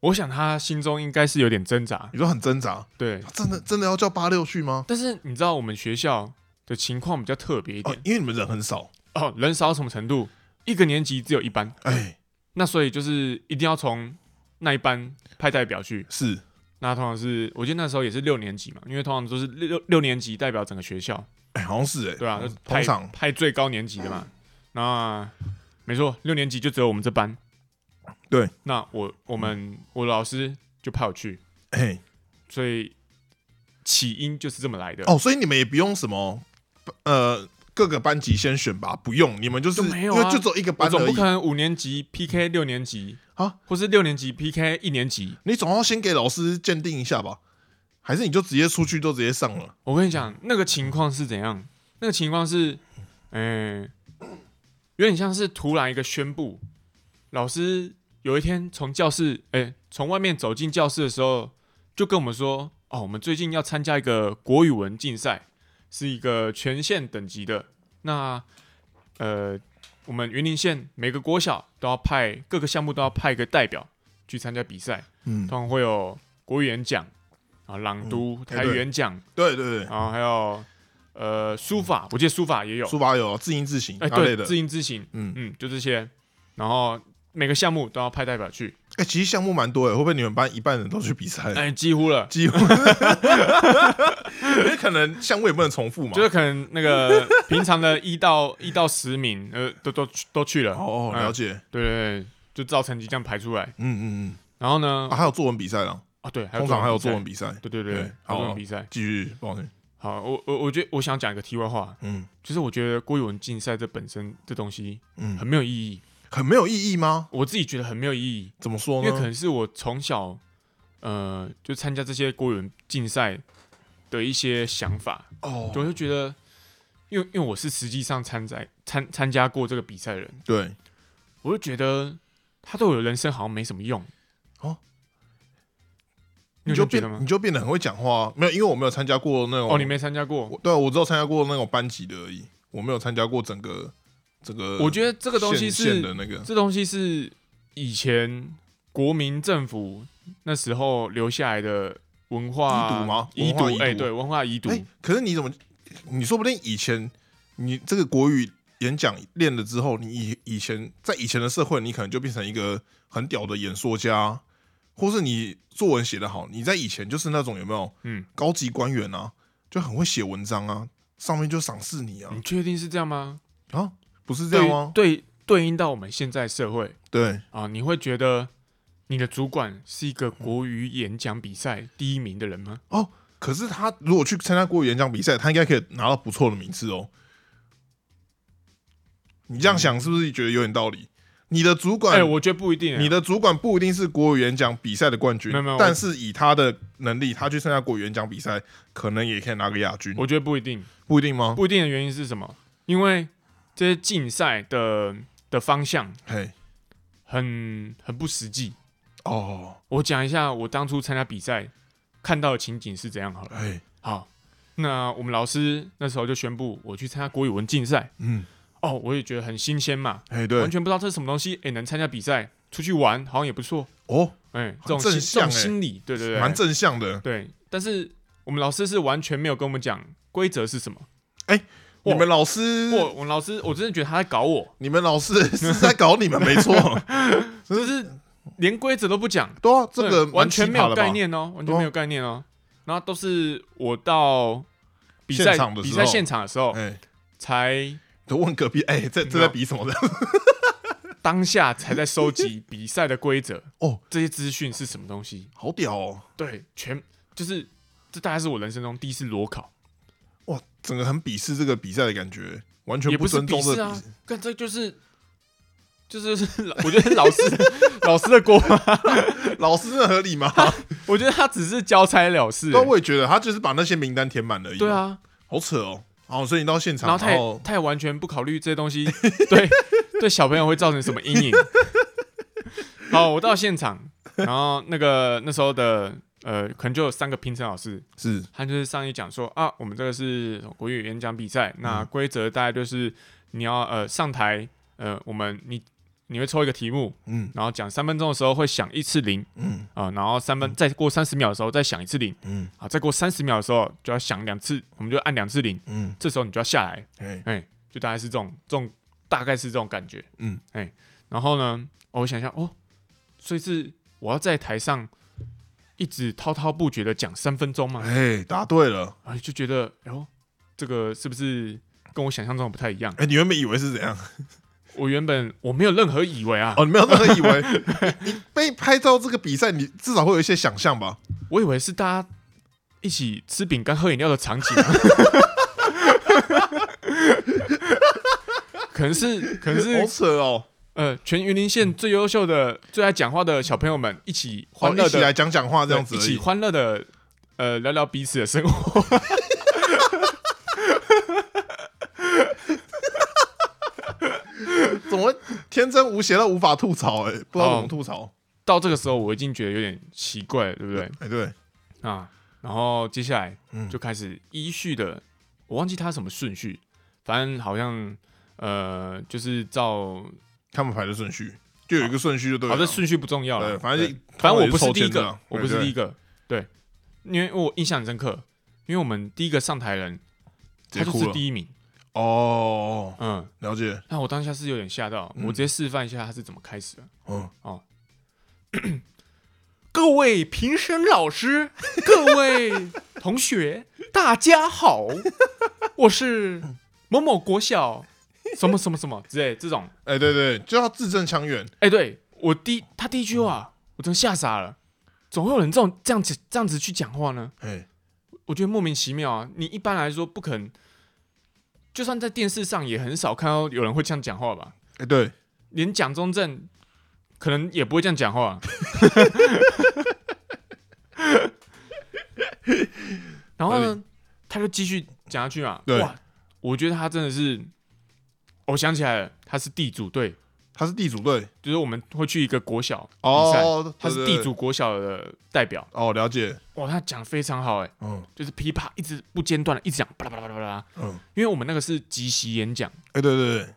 [SPEAKER 2] 我想他心中应该是有点挣扎，
[SPEAKER 1] 你说很挣扎，
[SPEAKER 2] 对，
[SPEAKER 1] 真的真的要叫八六去吗？
[SPEAKER 2] 但是你知道我们学校的情况比较特别一
[SPEAKER 1] 哦
[SPEAKER 2] 点，
[SPEAKER 1] 因为你们人很少，
[SPEAKER 2] 哦，人少到什么程度？一个年级只有一班，
[SPEAKER 1] 哎，
[SPEAKER 2] 那所以就是一定要从那一班派代表去，
[SPEAKER 1] 是
[SPEAKER 2] 那通常是，我记得那时候也是六年级嘛，因为通常都是六六六年级代表整个学校，
[SPEAKER 1] 哎，好像是哎、
[SPEAKER 2] 对啊，就
[SPEAKER 1] 嗯
[SPEAKER 2] 是
[SPEAKER 1] 通
[SPEAKER 2] 派
[SPEAKER 1] 常
[SPEAKER 2] 派最高年级的嘛。那没错，六年级就只有我们这班。
[SPEAKER 1] 对，
[SPEAKER 2] 那我我们我老师就派我去，
[SPEAKER 1] 哎
[SPEAKER 2] 所以起因就是这么来的。
[SPEAKER 1] 哦哦，所以你们也不用什么呃各个班级先选拔，不用你们就是
[SPEAKER 2] 就没
[SPEAKER 1] 因
[SPEAKER 2] 有啊
[SPEAKER 1] 为就只有一个
[SPEAKER 2] 我
[SPEAKER 1] 班
[SPEAKER 2] 总
[SPEAKER 1] 而
[SPEAKER 2] 不可
[SPEAKER 1] 已，
[SPEAKER 2] 能五年级 PK 六年级
[SPEAKER 1] 啊，
[SPEAKER 2] 或是六年级 PK 一年级。
[SPEAKER 1] 你总要先给老师鉴定一下吧？还是你就直接出去就直接上了？
[SPEAKER 2] 我跟你讲，那个情况是怎样？那个情况是，哎、有点像是突然一个宣布，老师有一天从教室，哎、从外面走进教室的时候，就跟我们说，哦，我们最近要参加一个国语文竞赛，是一个全县等级的。那，呃，我们云林县每个国小都要派各个项目都要派一个代表去参加比赛，
[SPEAKER 1] 嗯，
[SPEAKER 2] 通常会有国语演讲啊、朗读、
[SPEAKER 1] 哎
[SPEAKER 2] 台语
[SPEAKER 1] 对
[SPEAKER 2] 演讲。
[SPEAKER 1] 对对对，
[SPEAKER 2] 然后还有呃书法，我记得书法也有，
[SPEAKER 1] 书法有字音字形
[SPEAKER 2] 哎、
[SPEAKER 1] 那类
[SPEAKER 2] 对，
[SPEAKER 1] 的，
[SPEAKER 2] 字音字形，
[SPEAKER 1] 嗯，
[SPEAKER 2] 嗯，就这些。然后每个项目都要派代表去，
[SPEAKER 1] 哎，其实项目蛮多的，会不会你们班一半人都去比赛了？
[SPEAKER 2] 哎、几乎了， (laughs)
[SPEAKER 1] 几乎，因为可能项目也不能重复嘛。
[SPEAKER 2] 就是可能那个平常的一到一到十名，呃，都都都去了，
[SPEAKER 1] 哦，
[SPEAKER 2] 嗯
[SPEAKER 1] 了解，
[SPEAKER 2] 对对对，就照成绩这样排出来。
[SPEAKER 1] 嗯嗯
[SPEAKER 2] 然后呢
[SPEAKER 1] 嗯，，啊，还有作文比赛啦，
[SPEAKER 2] 啊对，
[SPEAKER 1] 通常还有作文
[SPEAKER 2] 比
[SPEAKER 1] 比赛
[SPEAKER 2] 赛，，对对对，
[SPEAKER 1] 对
[SPEAKER 2] 还有作
[SPEAKER 1] 好
[SPEAKER 2] 文比赛。
[SPEAKER 1] 继续，抱歉，
[SPEAKER 2] 好，我我我觉得我想讲一个题外话，
[SPEAKER 1] 嗯
[SPEAKER 2] 就是我觉得郭语文竞赛这本身这东西很
[SPEAKER 1] 嗯，
[SPEAKER 2] 没有意义，
[SPEAKER 1] 很没有意义吗？
[SPEAKER 2] 我自己觉得很没有意义。
[SPEAKER 1] 怎么说
[SPEAKER 2] 因为可
[SPEAKER 1] 呢？
[SPEAKER 2] 能是我从小呃就参加这些国语文竞赛的一些想法，
[SPEAKER 1] 哦，
[SPEAKER 2] 我就觉得，因为因为我是实际上参赛参参加过这个比赛的人，
[SPEAKER 1] 对，
[SPEAKER 2] 我就觉得他对我的人生好像没什么用
[SPEAKER 1] 哦。
[SPEAKER 2] 你
[SPEAKER 1] 你就
[SPEAKER 2] 有这样觉
[SPEAKER 1] 变
[SPEAKER 2] 得吗
[SPEAKER 1] 你？就变得很会讲话啊，没有，因为我没有参加过那种，
[SPEAKER 2] 哦，你没参加过。
[SPEAKER 1] 我，对啊，我只有参加过那种班级的而已，我没有参加过整个这个，
[SPEAKER 2] 我觉得这
[SPEAKER 1] 这
[SPEAKER 2] 个东西是
[SPEAKER 1] 呃的那个，
[SPEAKER 2] 这东西是以前国民政府那时候留下来的文化
[SPEAKER 1] 遗毒吗
[SPEAKER 2] 遗
[SPEAKER 1] 文化遗
[SPEAKER 2] 毒，哎、
[SPEAKER 1] 毒
[SPEAKER 2] 对，文化遗毒。
[SPEAKER 1] 哎，可是你怎么，你说不定以前你这个国语演讲练了之后，你以以前在以前的社会，你可能就变成一个很屌的演说家，或是你作文写得好，你在以前就是那种有没有
[SPEAKER 2] 嗯，
[SPEAKER 1] 高级官员啊，就很会写文章啊，上面就赏识你啊
[SPEAKER 2] 你，确定是这样吗？
[SPEAKER 1] 啊，不是这样吗？
[SPEAKER 2] 对对对应到我们现在社会
[SPEAKER 1] 对，
[SPEAKER 2] 啊，你会觉得你的主管是一个国语演讲比赛第一名的人吗？
[SPEAKER 1] 可是他如果去参加国语演讲比赛，他应该可以拿到不错的名次哦。你这样想是不是觉得有点道理？你的主管
[SPEAKER 2] 哎、我觉得不一定、
[SPEAKER 1] 你
[SPEAKER 2] 的
[SPEAKER 1] 的主管不一定是国语演讲比赛的冠军
[SPEAKER 2] 没有没有，
[SPEAKER 1] 但是以他的能力，他去参加国语演讲比赛，可能也可以拿个亚军，
[SPEAKER 2] 啊我觉得不一定，
[SPEAKER 1] 不一定吗？
[SPEAKER 2] 不一定的原因是什么？因为这些竞赛的的方向
[SPEAKER 1] 嘿，
[SPEAKER 2] 很很不实际。
[SPEAKER 1] 哦，
[SPEAKER 2] 我讲一下我当初参加比赛看到的情景是怎样好了。
[SPEAKER 1] 嘿，
[SPEAKER 2] 好，那我们老师那时候就宣布我去参加国语文竞赛，
[SPEAKER 1] 嗯，
[SPEAKER 2] 哦，我也觉得很新鲜嘛，
[SPEAKER 1] 嘿，
[SPEAKER 2] 完
[SPEAKER 1] 对，
[SPEAKER 2] 全不知道这是什么东西，哎、能参加比赛，出去玩好像也不错，
[SPEAKER 1] 哦，
[SPEAKER 2] 哎、这种
[SPEAKER 1] 正
[SPEAKER 2] 心这
[SPEAKER 1] 向
[SPEAKER 2] 种
[SPEAKER 1] 欸
[SPEAKER 2] 心理，对对对，
[SPEAKER 1] 蛮正向的。
[SPEAKER 2] 对。但是我们老师是完全没有跟我们讲规则是什么。哇
[SPEAKER 1] 你们老师，
[SPEAKER 2] 我我们老师，我真的觉得他在搞我，
[SPEAKER 1] 你们老师是在搞你们，没错，
[SPEAKER 2] (laughs) 就是连规则都不讲，
[SPEAKER 1] 对啊，这个
[SPEAKER 2] 对完
[SPEAKER 1] 蛮
[SPEAKER 2] 全
[SPEAKER 1] 奇葩
[SPEAKER 2] 没有
[SPEAKER 1] 的
[SPEAKER 2] 概
[SPEAKER 1] 吧，
[SPEAKER 2] 念哦，完全
[SPEAKER 1] 对啊
[SPEAKER 2] 没有概念哦。然后都是我到比
[SPEAKER 1] 现
[SPEAKER 2] 赛
[SPEAKER 1] 场的时
[SPEAKER 2] 比
[SPEAKER 1] 候
[SPEAKER 2] 赛现场的时候，
[SPEAKER 1] 哎，
[SPEAKER 2] 才
[SPEAKER 1] 都问隔壁，哎，这这在比什么的？
[SPEAKER 2] 当下才在收集 (laughs) 比赛的规则
[SPEAKER 1] 哦，
[SPEAKER 2] 这些资讯是什么东西？
[SPEAKER 1] 好屌哦，
[SPEAKER 2] 对，全就是这大概是我人生中第一次裸考。
[SPEAKER 1] 哇，整个很鄙视这个比赛的感觉，完全
[SPEAKER 2] 也不是
[SPEAKER 1] 尊重这
[SPEAKER 2] 视
[SPEAKER 1] 个
[SPEAKER 2] 啊
[SPEAKER 1] 比赛，，
[SPEAKER 2] 干这就是就是 (laughs) 我觉得老师老师的锅，
[SPEAKER 1] (laughs) 老师真的合理
[SPEAKER 2] (laughs)
[SPEAKER 1] 吗？
[SPEAKER 2] 我觉得他只是交差了事、欸
[SPEAKER 1] 对啊，我也觉得他就是把那些名单填满而已。
[SPEAKER 2] 对，啊，
[SPEAKER 1] 好扯哦。哦，所以你到现场，
[SPEAKER 2] 然后他
[SPEAKER 1] 然
[SPEAKER 2] 也
[SPEAKER 1] 后
[SPEAKER 2] 他也完全不考虑这些东西对 (laughs) 对小朋友会造成什么阴影。好，我到现场，然后那个那时候的呃，可能就有三个评审老师，
[SPEAKER 1] 是
[SPEAKER 2] 他就是上一讲说啊，我们这个是国语演讲比赛，
[SPEAKER 1] 嗯
[SPEAKER 2] 那规则大概就是你要呃上台，呃，我们你你会抽一个题目，
[SPEAKER 1] 嗯
[SPEAKER 2] 然后讲三分钟的时候会响一次铃
[SPEAKER 1] 嗯
[SPEAKER 2] 啊、然后三分再过三十秒的时候再响一次铃
[SPEAKER 1] 嗯
[SPEAKER 2] 啊，再过三十秒的时候就要响两次，我们就按两次铃，
[SPEAKER 1] 嗯，
[SPEAKER 2] 这时候你就要下来，
[SPEAKER 1] 哎
[SPEAKER 2] 哎，就大概是这种这种大概是这种感觉，
[SPEAKER 1] 嗯
[SPEAKER 2] 哎，然后呢，哦我想一下哦，所以是我要在台上一直滔滔不绝的讲三分钟吗？
[SPEAKER 1] 哎，答对了。
[SPEAKER 2] 啊，就觉得哎呦，这个是不是跟我想象中的不太一样？
[SPEAKER 1] 哎，你原本以为是怎样？ (laughs)
[SPEAKER 2] 我原本我没有任何以为啊，
[SPEAKER 1] 哦，你没有这么以
[SPEAKER 2] (laughs)
[SPEAKER 1] 为。你你被拍到这个比赛，你至少会有一些想象吧？
[SPEAKER 2] 我以为是大家一起吃饼干喝饮料的场景啊、 (laughs) 可能是可能
[SPEAKER 1] 好
[SPEAKER 2] 是
[SPEAKER 1] 扯哦，
[SPEAKER 2] 呃，全云林县最优秀的、最爱讲话的小朋友们一起欢
[SPEAKER 1] 欢哦一
[SPEAKER 2] 乐
[SPEAKER 1] 起
[SPEAKER 2] 的
[SPEAKER 1] 来讲讲话这
[SPEAKER 2] 对
[SPEAKER 1] 样子
[SPEAKER 2] 一
[SPEAKER 1] 而 (laughs)
[SPEAKER 2] 起
[SPEAKER 1] 已。
[SPEAKER 2] 欢乐的呃聊聊彼此的生活。 (laughs)
[SPEAKER 1] 怎么天真无邪到无法吐槽？哎，不知道怎
[SPEAKER 2] 哦
[SPEAKER 1] 么吐槽。
[SPEAKER 2] 到这个时候，我已经觉得有点奇怪了，对不对
[SPEAKER 1] 哎，对，
[SPEAKER 2] 啊？然后接下来
[SPEAKER 1] 嗯
[SPEAKER 2] 就开始依序的，我忘记它什么顺序，反正好像呃就是照
[SPEAKER 1] 他们排的顺序就有一个顺序就对了。啊
[SPEAKER 2] 好，这顺序不重要了
[SPEAKER 1] 对，，反正
[SPEAKER 2] 反正我不是第一
[SPEAKER 1] 通常也是抽签的
[SPEAKER 2] 个
[SPEAKER 1] 啊，
[SPEAKER 2] 我不是第一
[SPEAKER 1] 对
[SPEAKER 2] 个，对，因为我印象很深刻，因为我们第一个上台人
[SPEAKER 1] 直接
[SPEAKER 2] 他就
[SPEAKER 1] 哭
[SPEAKER 2] 是
[SPEAKER 1] 了
[SPEAKER 2] 第一名，
[SPEAKER 1] 哦，
[SPEAKER 2] 嗯，
[SPEAKER 1] 了解，
[SPEAKER 2] 那我当下是有点吓到，
[SPEAKER 1] 嗯
[SPEAKER 2] 我直接示范一下他是怎么开始的。
[SPEAKER 1] 嗯，
[SPEAKER 2] 各位评审老师，各位同学，大家好，我是某某国小什么什么什么之类这种，
[SPEAKER 1] 哎，对对，就要字正腔圆，
[SPEAKER 2] 哎、对我第他第一句话，我真的吓傻了，总会有人这种这样子这样子去讲话呢？
[SPEAKER 1] 哎，
[SPEAKER 2] 我觉得莫名其妙啊！你一般来说不可能，就算在电视上也很少看到有人会这样讲话吧？
[SPEAKER 1] 哎，对，
[SPEAKER 2] 连蒋中正可能也不会这样讲话。啊 (laughs) 然后
[SPEAKER 1] 合
[SPEAKER 2] 呢，他就继续讲下去嘛。
[SPEAKER 1] 对
[SPEAKER 2] 哇，我觉得他真的是，我想起来了，他是地主队，
[SPEAKER 1] 他是地主队，
[SPEAKER 2] 就是我们会去一个国小比赛，
[SPEAKER 1] 哦，
[SPEAKER 2] 他是
[SPEAKER 1] 对
[SPEAKER 2] 地，
[SPEAKER 1] 对对
[SPEAKER 2] 主国小的代表。
[SPEAKER 1] 哦，了解，
[SPEAKER 2] 哇，他讲得非常好哎、
[SPEAKER 1] 嗯
[SPEAKER 2] 就是噼啪一直不间断的一直讲，巴拉巴拉巴拉巴拉。
[SPEAKER 1] 嗯，
[SPEAKER 2] 因为我们那个是即席演讲，
[SPEAKER 1] 哎，对对对，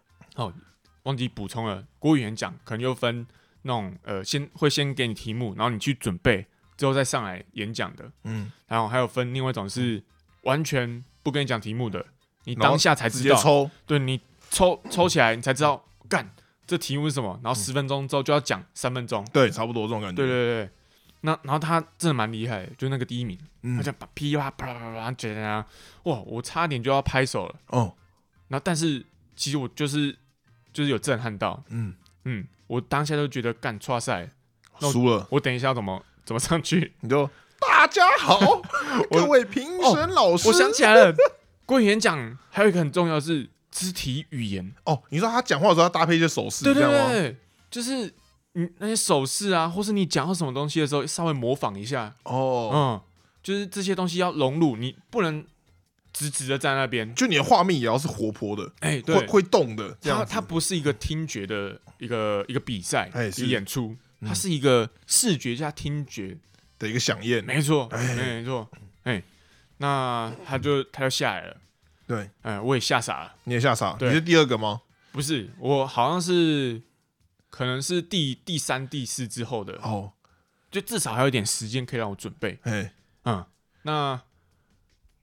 [SPEAKER 2] 忘记补充了，国语演讲可能又分那种呃，先会先给你题目，然后你去准备，之后再上来演讲的。
[SPEAKER 1] 嗯，
[SPEAKER 2] 然后还有分另外一种是完全不跟你讲题目的，你
[SPEAKER 1] 然后
[SPEAKER 2] 当下才
[SPEAKER 1] 直
[SPEAKER 2] 知
[SPEAKER 1] 接
[SPEAKER 2] 道，
[SPEAKER 1] 抽，
[SPEAKER 2] 对你抽抽起来你才知道，干这题目是什么，然后十分钟之后就要讲三分钟。
[SPEAKER 1] 对，差不多这种感觉，
[SPEAKER 2] 对对对对，那然后他真的蛮厉害的，就那个第一名，
[SPEAKER 1] 嗯
[SPEAKER 2] 他就把噼啪啪啦啪啦啪啦讲啊，哇，我差点就要拍手了。
[SPEAKER 1] 哦，
[SPEAKER 2] 那但是其实我就是就是有震撼到，
[SPEAKER 1] 嗯，
[SPEAKER 2] 嗯，我当下就觉得干哇塞，那我
[SPEAKER 1] 输了，
[SPEAKER 2] 我等一下要怎么怎么上去？
[SPEAKER 1] 你
[SPEAKER 2] (laughs)
[SPEAKER 1] 就大家 (laughs) 好，各位评审老师
[SPEAKER 2] 哦我，想起来了，关于演讲还有一个很重要的是肢体语言，
[SPEAKER 1] 哦，你说他讲话的时候要搭配一些手势，
[SPEAKER 2] 对
[SPEAKER 1] 这
[SPEAKER 2] 对
[SPEAKER 1] 样吗？
[SPEAKER 2] 对，就是你那些手势啊，或是你讲到什么东西的时候，稍微模仿一下，
[SPEAKER 1] 哦，
[SPEAKER 2] 嗯，就是这些东西要融入，你不能直直的站在那边，
[SPEAKER 1] 就你的画面也要是活泼的，
[SPEAKER 2] 哎、对
[SPEAKER 1] 会。会动的，这样
[SPEAKER 2] 它
[SPEAKER 1] 子
[SPEAKER 2] 它不是一个听觉的一个一个比赛，
[SPEAKER 1] 哎
[SPEAKER 2] 一
[SPEAKER 1] 是
[SPEAKER 2] 个演出，
[SPEAKER 1] 嗯
[SPEAKER 2] 它是一个视觉加听觉
[SPEAKER 1] 的一个响应，
[SPEAKER 2] 没错，
[SPEAKER 1] 哎
[SPEAKER 2] 没错，哎，那他就他就下来了，
[SPEAKER 1] 对，
[SPEAKER 2] 哎，我也吓傻了，
[SPEAKER 1] 你也吓傻，你
[SPEAKER 2] 对
[SPEAKER 1] 是第二个吗？
[SPEAKER 2] 不是，我好像是可能是第第三、第四之后的，
[SPEAKER 1] 哦，
[SPEAKER 2] 就至少还有一点时间可以让我准备，
[SPEAKER 1] 哎，
[SPEAKER 2] 嗯，那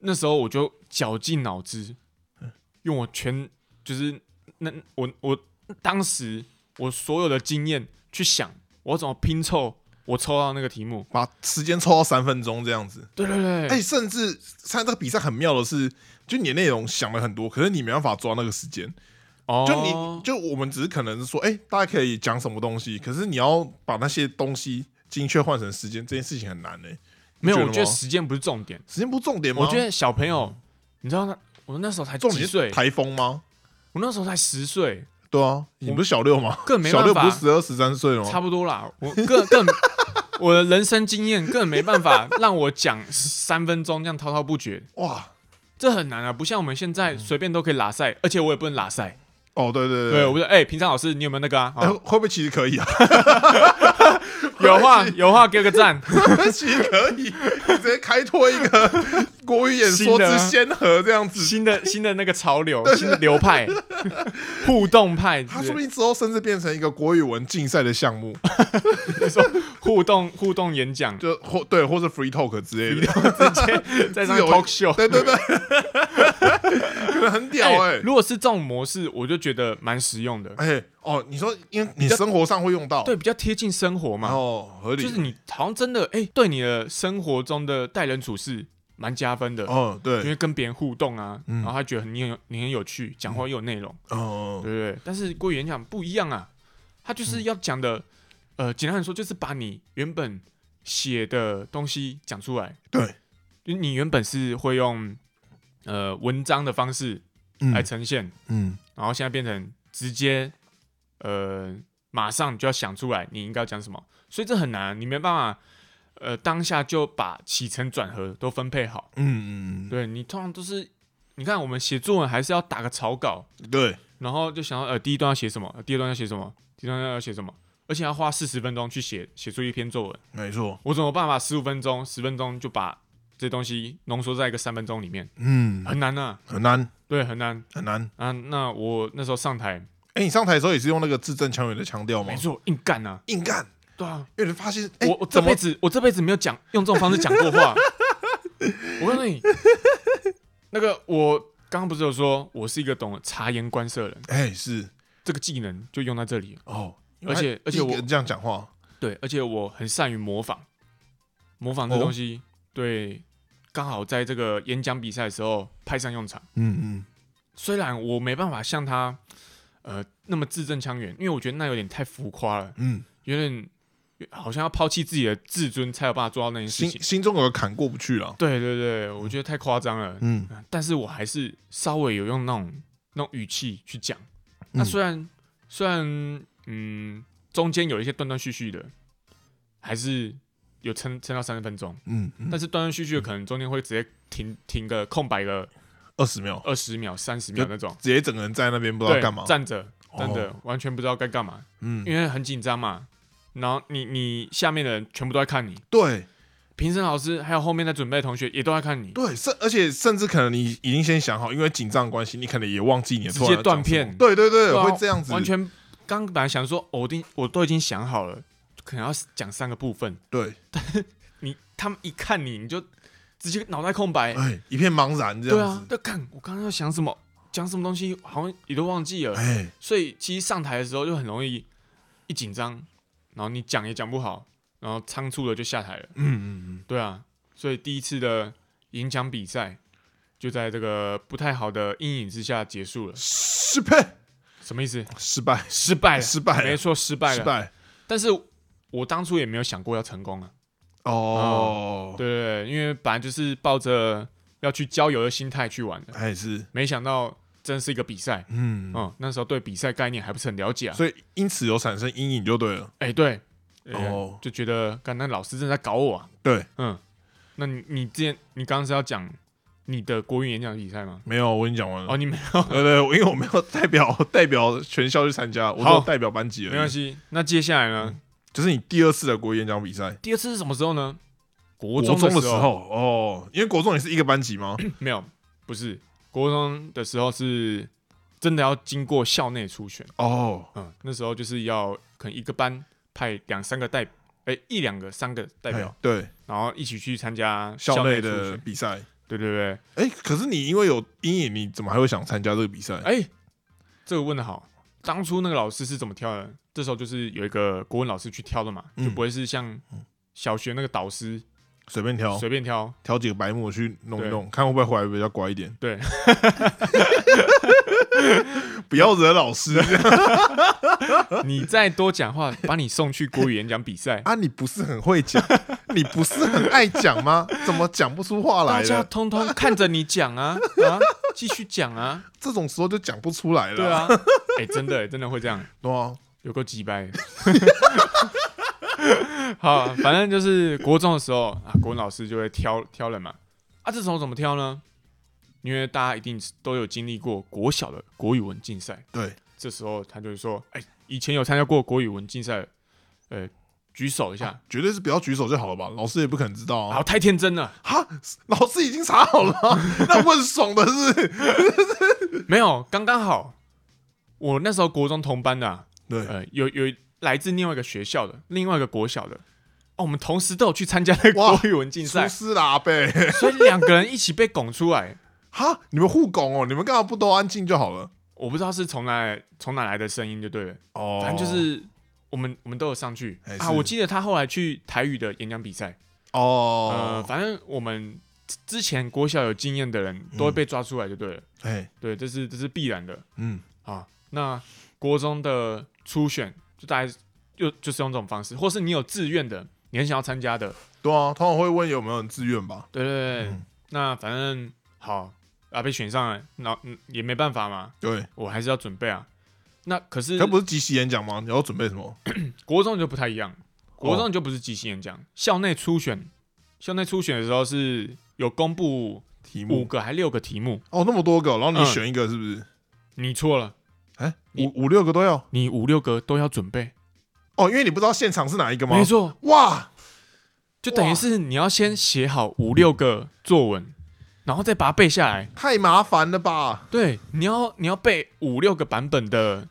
[SPEAKER 2] 那时候我就绞尽脑汁，
[SPEAKER 1] 嗯
[SPEAKER 2] 用我全就是那我我当时我所有的经验去想，我怎么拼凑我抽到那个题目，
[SPEAKER 1] 把时间抽到三分钟这样子，
[SPEAKER 2] 对对对，
[SPEAKER 1] 哎、甚至参这个比赛很妙的是，就你的内容想了很多，可是你没办法抓那个时间。
[SPEAKER 2] 哦，
[SPEAKER 1] 哎就你就我们只是可能是说，哎、大家可以讲什么东西，可是你要把那些东西精确换成时间，这件事情很难呢、
[SPEAKER 2] 没有，
[SPEAKER 1] 觉得
[SPEAKER 2] 我觉得
[SPEAKER 1] 吗
[SPEAKER 2] 时间不是重点。
[SPEAKER 1] 时间不是重点吗？
[SPEAKER 2] 我觉得小朋友，你知道那我那时候才
[SPEAKER 1] 嗯重
[SPEAKER 2] 几
[SPEAKER 1] 点是
[SPEAKER 2] 岁，
[SPEAKER 1] 台风吗？
[SPEAKER 2] 我那时候才十岁，
[SPEAKER 1] 对啊，你不是小六吗？
[SPEAKER 2] 更没
[SPEAKER 1] 小
[SPEAKER 2] 办
[SPEAKER 1] 六不
[SPEAKER 2] 法，
[SPEAKER 1] 是十二十三岁了
[SPEAKER 2] 差
[SPEAKER 1] 吗？
[SPEAKER 2] 不多啦。我更更 (laughs) 我的人生经验更没办法让我讲三分钟这样滔滔不绝，
[SPEAKER 1] 哇，
[SPEAKER 2] 这很难啊，不像我们现在随便都可以拉赛，而且我也不能拉赛。
[SPEAKER 1] 哦，对嗯对
[SPEAKER 2] 对，我说哎，平常老师你有没有那
[SPEAKER 1] (laughs)
[SPEAKER 2] 个啊？
[SPEAKER 1] 哎
[SPEAKER 2] 啊
[SPEAKER 1] 会不会其实可以啊？
[SPEAKER 2] 有话有话给我个赞， (laughs)
[SPEAKER 1] (laughs) 其实可以，你直接开拓一个国语演说
[SPEAKER 2] 新的
[SPEAKER 1] 之
[SPEAKER 2] 啊
[SPEAKER 1] 先河这样子。
[SPEAKER 2] 新的新的那个潮流，新的
[SPEAKER 1] (laughs)
[SPEAKER 2] 流派，互动派之类的，
[SPEAKER 1] 他说不定之后甚至变成一个国语文竞赛的项目，
[SPEAKER 2] 互动互动演讲，
[SPEAKER 1] 就或对，或是 free talk 之类的。
[SPEAKER 2] 直接在上
[SPEAKER 1] 自由
[SPEAKER 2] talk show。
[SPEAKER 1] 对对 (laughs) 对，可能很屌
[SPEAKER 2] 哎
[SPEAKER 1] 哎、欸。
[SPEAKER 2] 如果是这种模式，我就觉得蛮实用的，
[SPEAKER 1] 哎、哦，你说，因为你生活上会用到，
[SPEAKER 2] 对，比较贴近生活嘛。
[SPEAKER 1] 哦，合理，
[SPEAKER 2] 就是你好像真的哎、对你的生活中的待人处事蛮加分的，
[SPEAKER 1] 哦，
[SPEAKER 2] 因
[SPEAKER 1] 对，
[SPEAKER 2] 为跟别人互动啊，
[SPEAKER 1] 嗯
[SPEAKER 2] 然后他觉得你很有你很有趣，讲话又有内容，
[SPEAKER 1] 哦
[SPEAKER 2] 对，不对？但是国语演讲不一样啊，他就是
[SPEAKER 1] 嗯
[SPEAKER 2] 要讲的，呃，简单来说就是把你原本写的东西讲出来，
[SPEAKER 1] 对，
[SPEAKER 2] 就是你原本是会用呃文章的方式来
[SPEAKER 1] 嗯
[SPEAKER 2] 呈现，
[SPEAKER 1] 嗯，
[SPEAKER 2] 然后现在变成直接呃马上就要想出来你应该要讲什么，所以这很难，你没办法呃当下就把起承转合都分配好。
[SPEAKER 1] 嗯嗯
[SPEAKER 2] 对你通常都是，你看我们写作文还是要打个草稿，
[SPEAKER 1] 嗯，对，
[SPEAKER 2] 然后就想要呃第一段要写什么，呃第二段要写什么，第三段要写什么，而且要花四十分钟去写写出一篇作文。
[SPEAKER 1] 没错，
[SPEAKER 2] 我怎么办法十五分钟、十分钟就把这东西浓缩在一个三分钟里面？
[SPEAKER 1] 嗯，
[SPEAKER 2] 很难呐、
[SPEAKER 1] 很难
[SPEAKER 2] 对，很难
[SPEAKER 1] 很难。
[SPEAKER 2] 啊。那我那时候上台，
[SPEAKER 1] 哎、你上台的时候也是用那个字正腔圆的腔调吗
[SPEAKER 2] 没？错，硬干呐、
[SPEAKER 1] 硬干，
[SPEAKER 2] 哦对啊，
[SPEAKER 1] 因为你发现，哎、
[SPEAKER 2] 我我这
[SPEAKER 1] 怎
[SPEAKER 2] 辈
[SPEAKER 1] 么
[SPEAKER 2] 子我这辈子没有讲用这种方式讲过 (laughs) 话。我告诉你，那个我刚刚不是有说我是一个懂察言观色的人，
[SPEAKER 1] 哎、是
[SPEAKER 2] 这个技能就用在这里了。
[SPEAKER 1] 哦，
[SPEAKER 2] 而且而且
[SPEAKER 1] 一个
[SPEAKER 2] 我
[SPEAKER 1] 人这样讲话，
[SPEAKER 2] 对，而且我很善于模仿，模仿这
[SPEAKER 1] 哦
[SPEAKER 2] 东西，对，刚好在这个演讲比赛的时候派上用场。
[SPEAKER 1] 嗯
[SPEAKER 2] 虽然我没办法像他，呃，那么字正腔圆，因为我觉得那有点太浮夸了，
[SPEAKER 1] 嗯
[SPEAKER 2] 有点好像要抛弃自己的自尊才有办法做到那件
[SPEAKER 1] 嗯，
[SPEAKER 2] 事
[SPEAKER 1] 心
[SPEAKER 2] 情。
[SPEAKER 1] 心中有个坎过不去了，
[SPEAKER 2] 对对对，我觉得太夸张了。
[SPEAKER 1] 嗯，
[SPEAKER 2] 啊但是我还是稍微有用那种那种语气去讲。那、
[SPEAKER 1] 嗯
[SPEAKER 2] 虽然虽然嗯中间有一些断断续续的，还是有撑撑到三十分钟，
[SPEAKER 1] 嗯嗯，
[SPEAKER 2] 但是断断续续的可能中间会直接停停个空白个
[SPEAKER 1] 二十秒，
[SPEAKER 2] 二十秒、三十秒那种，
[SPEAKER 1] 直接整个人在那边不知道
[SPEAKER 2] 对
[SPEAKER 1] 干嘛，，
[SPEAKER 2] 站着
[SPEAKER 1] 哦
[SPEAKER 2] 站着、完全不知道该干嘛，
[SPEAKER 1] 嗯，
[SPEAKER 2] 因为很紧张嘛。然后你你下面的人全部都在看你，
[SPEAKER 1] 对
[SPEAKER 2] 评审老师还有后面在准备的同学也都在看你，
[SPEAKER 1] 对，甚而且甚至可能你已经先想好，因为紧张的关系，你可能也忘记你的
[SPEAKER 2] 直
[SPEAKER 1] 突然
[SPEAKER 2] 接
[SPEAKER 1] 要
[SPEAKER 2] 断
[SPEAKER 1] 讲什么
[SPEAKER 2] 片。
[SPEAKER 1] 对对对，
[SPEAKER 2] 对啊
[SPEAKER 1] 会这样子，
[SPEAKER 2] 完全刚本来想说，哦我定我都已经想好了，可能要讲三个部分。
[SPEAKER 1] 对，
[SPEAKER 2] 你他们一看你，你就直接脑袋空白。
[SPEAKER 1] 哎，一片茫然这
[SPEAKER 2] 对
[SPEAKER 1] 样
[SPEAKER 2] 啊
[SPEAKER 1] 子，，
[SPEAKER 2] 那看我刚刚要想什么，讲什么东西，好像也都忘记了。
[SPEAKER 1] 哎，
[SPEAKER 2] 所以其实上台的时候就很容易一紧张，然后你讲也讲不好，然后仓促的就下台了。
[SPEAKER 1] 嗯嗯嗯，
[SPEAKER 2] 对啊，所以第一次的演讲比赛就在这个不太好的阴影之下结束了。
[SPEAKER 1] 失败，
[SPEAKER 2] 什么意思？
[SPEAKER 1] 失败，
[SPEAKER 2] 失败了，
[SPEAKER 1] 失败了
[SPEAKER 2] 哎没错，失败
[SPEAKER 1] 失
[SPEAKER 2] 了。
[SPEAKER 1] 败，
[SPEAKER 2] 但是我当初也没有想过要成功啊，
[SPEAKER 1] 哦，
[SPEAKER 2] 对对对，因为本来就是抱着要去郊游的心态去玩的，
[SPEAKER 1] 还哎是，
[SPEAKER 2] 没想到真是一个比赛。
[SPEAKER 1] 嗯，
[SPEAKER 2] 嗯，那时候对比赛概念还不是很了解啊。
[SPEAKER 1] 所以因此有产生阴影就对了，
[SPEAKER 2] 哎，对，哦，
[SPEAKER 1] 哦，
[SPEAKER 2] 就觉得刚那老师正在搞我啊。
[SPEAKER 1] 对，
[SPEAKER 2] 嗯，那你你之前你刚刚是要讲你的国语演讲比赛吗？
[SPEAKER 1] 没有，我已经讲完了。
[SPEAKER 2] 哦，你没有，
[SPEAKER 1] (laughs) 对对，我因为我没有代表 (laughs) 代表全校去参加，我
[SPEAKER 2] 好
[SPEAKER 1] 说代表班级而已。
[SPEAKER 2] 没关系。那接下来
[SPEAKER 1] 嗯
[SPEAKER 2] 呢？
[SPEAKER 1] 就是你第二次的国语演讲比赛，
[SPEAKER 2] 第二次是什么时候呢？国
[SPEAKER 1] 国
[SPEAKER 2] 中
[SPEAKER 1] 中
[SPEAKER 2] 的
[SPEAKER 1] 的时候哦，因为国中也是一个班级
[SPEAKER 2] (clears throat)
[SPEAKER 1] 嘛。
[SPEAKER 2] 没有，不是国中的时候是真的要经过校内初选。
[SPEAKER 1] 哦，
[SPEAKER 2] 嗯，那时候就是要可能一个班派两三个代，哎、一两个三个代表
[SPEAKER 1] 哎，对
[SPEAKER 2] 然后一起去参加
[SPEAKER 1] 校内
[SPEAKER 2] 初
[SPEAKER 1] 的
[SPEAKER 2] 选。
[SPEAKER 1] 比赛。
[SPEAKER 2] 对对对，
[SPEAKER 1] 哎，可是你因为有阴影，你怎么还会想参加这个比赛？
[SPEAKER 2] 哎、这个问的好。当初那个老师是怎么挑的？这时候就是有一个国文老师去挑的嘛，
[SPEAKER 1] 嗯哦
[SPEAKER 2] 就不会是像小学那个导师
[SPEAKER 1] 随便挑
[SPEAKER 2] 随便挑。
[SPEAKER 1] (laughs) 挑几个白目去弄一
[SPEAKER 2] 对
[SPEAKER 1] 弄，看会不会回来比较乖一点。
[SPEAKER 2] 对，
[SPEAKER 1] (laughs)
[SPEAKER 2] (laughs)
[SPEAKER 1] 不要惹老师
[SPEAKER 2] 你再多讲话，把你送去国语演讲比赛。
[SPEAKER 1] (laughs) 啊！你不是很会
[SPEAKER 2] (laughs)
[SPEAKER 1] 讲，你不是很爱讲吗？怎么讲不出话来
[SPEAKER 2] 大家
[SPEAKER 1] 了？
[SPEAKER 2] 通通看着你讲啊啊，继续讲啊，
[SPEAKER 1] 这种时候就讲不出来了。
[SPEAKER 2] 对，啊，哎、真的、真的会这样。
[SPEAKER 1] 对啊，
[SPEAKER 2] 有够鸡掰。 (laughs) 好，反正就是国中的时候啊，国文老师就会挑挑人嘛。啊，这时候怎么挑呢？因为大家一定都有经历过国小的国语文竞赛，
[SPEAKER 1] 对，
[SPEAKER 2] 这时候他就会说：“哎、以前有参加过国语文竞赛的，呃，举手一下。
[SPEAKER 1] 绝对是不要举手就好了吧？老师也不可能知道
[SPEAKER 2] 啊，
[SPEAKER 1] 啊。
[SPEAKER 2] 太天真了，
[SPEAKER 1] 哈，老师已经查好了啊，那问爽的是，
[SPEAKER 2] 没有，刚刚好。我那时候国中同班的、啊，
[SPEAKER 1] 对，
[SPEAKER 2] 呃，有有来自另外一个学校的，另外一个国小的，哦，我们同时都有去参加那个
[SPEAKER 1] 哇
[SPEAKER 2] 国语文竞赛
[SPEAKER 1] 出，师啦呗。
[SPEAKER 2] 所以两个人一起被拱出来，
[SPEAKER 1] (laughs) 哈，你们互拱哦，你们干嘛不都安静就好了？
[SPEAKER 2] 我不知道是从哪从哪来的声音，就对了，
[SPEAKER 1] 哦
[SPEAKER 2] 反正就是我们我们都有上去
[SPEAKER 1] 哎
[SPEAKER 2] 啊。
[SPEAKER 1] 是
[SPEAKER 2] 我记得他后来去台语的演讲比赛，呃，
[SPEAKER 1] 哦，
[SPEAKER 2] 反正我们之之前国小有经验的人都会被抓出来，就对了，
[SPEAKER 1] 哎，
[SPEAKER 2] 对，这是这是必然的
[SPEAKER 1] 嗯，
[SPEAKER 2] 啊。那国中的初选就大概就就是用这种方式，或是你有志愿的，你很想要参加的，
[SPEAKER 1] 对啊，通常会问有没有人自愿吧？
[SPEAKER 2] 对对对，
[SPEAKER 1] 嗯
[SPEAKER 2] 那反正好啊，被选上了，那嗯也没办法嘛，
[SPEAKER 1] 对，
[SPEAKER 2] 我还是要准备啊。那可是
[SPEAKER 1] 可不是即席演讲吗？你要准备什么？
[SPEAKER 2] 国中就不太一样，
[SPEAKER 1] 哦
[SPEAKER 2] 国中就不是即兴演讲，校内初选，校内初选的时候是有公布
[SPEAKER 1] 题
[SPEAKER 2] 五
[SPEAKER 1] 目
[SPEAKER 2] 个还六个题目，
[SPEAKER 1] 哦，那么多个，然后你
[SPEAKER 2] 嗯
[SPEAKER 1] 选一个是不是？
[SPEAKER 2] 你错了，
[SPEAKER 1] 哎、
[SPEAKER 2] 你
[SPEAKER 1] 五五六个都要
[SPEAKER 2] 你五六个都要准备，
[SPEAKER 1] 哦，因为你不知道现场是哪一个吗
[SPEAKER 2] 没？错，
[SPEAKER 1] 哇，
[SPEAKER 2] 就等于是你要先写好五六个作文，然后再把它背下来，
[SPEAKER 1] 太麻烦了吧？
[SPEAKER 2] 对，你要你要背五六个版本的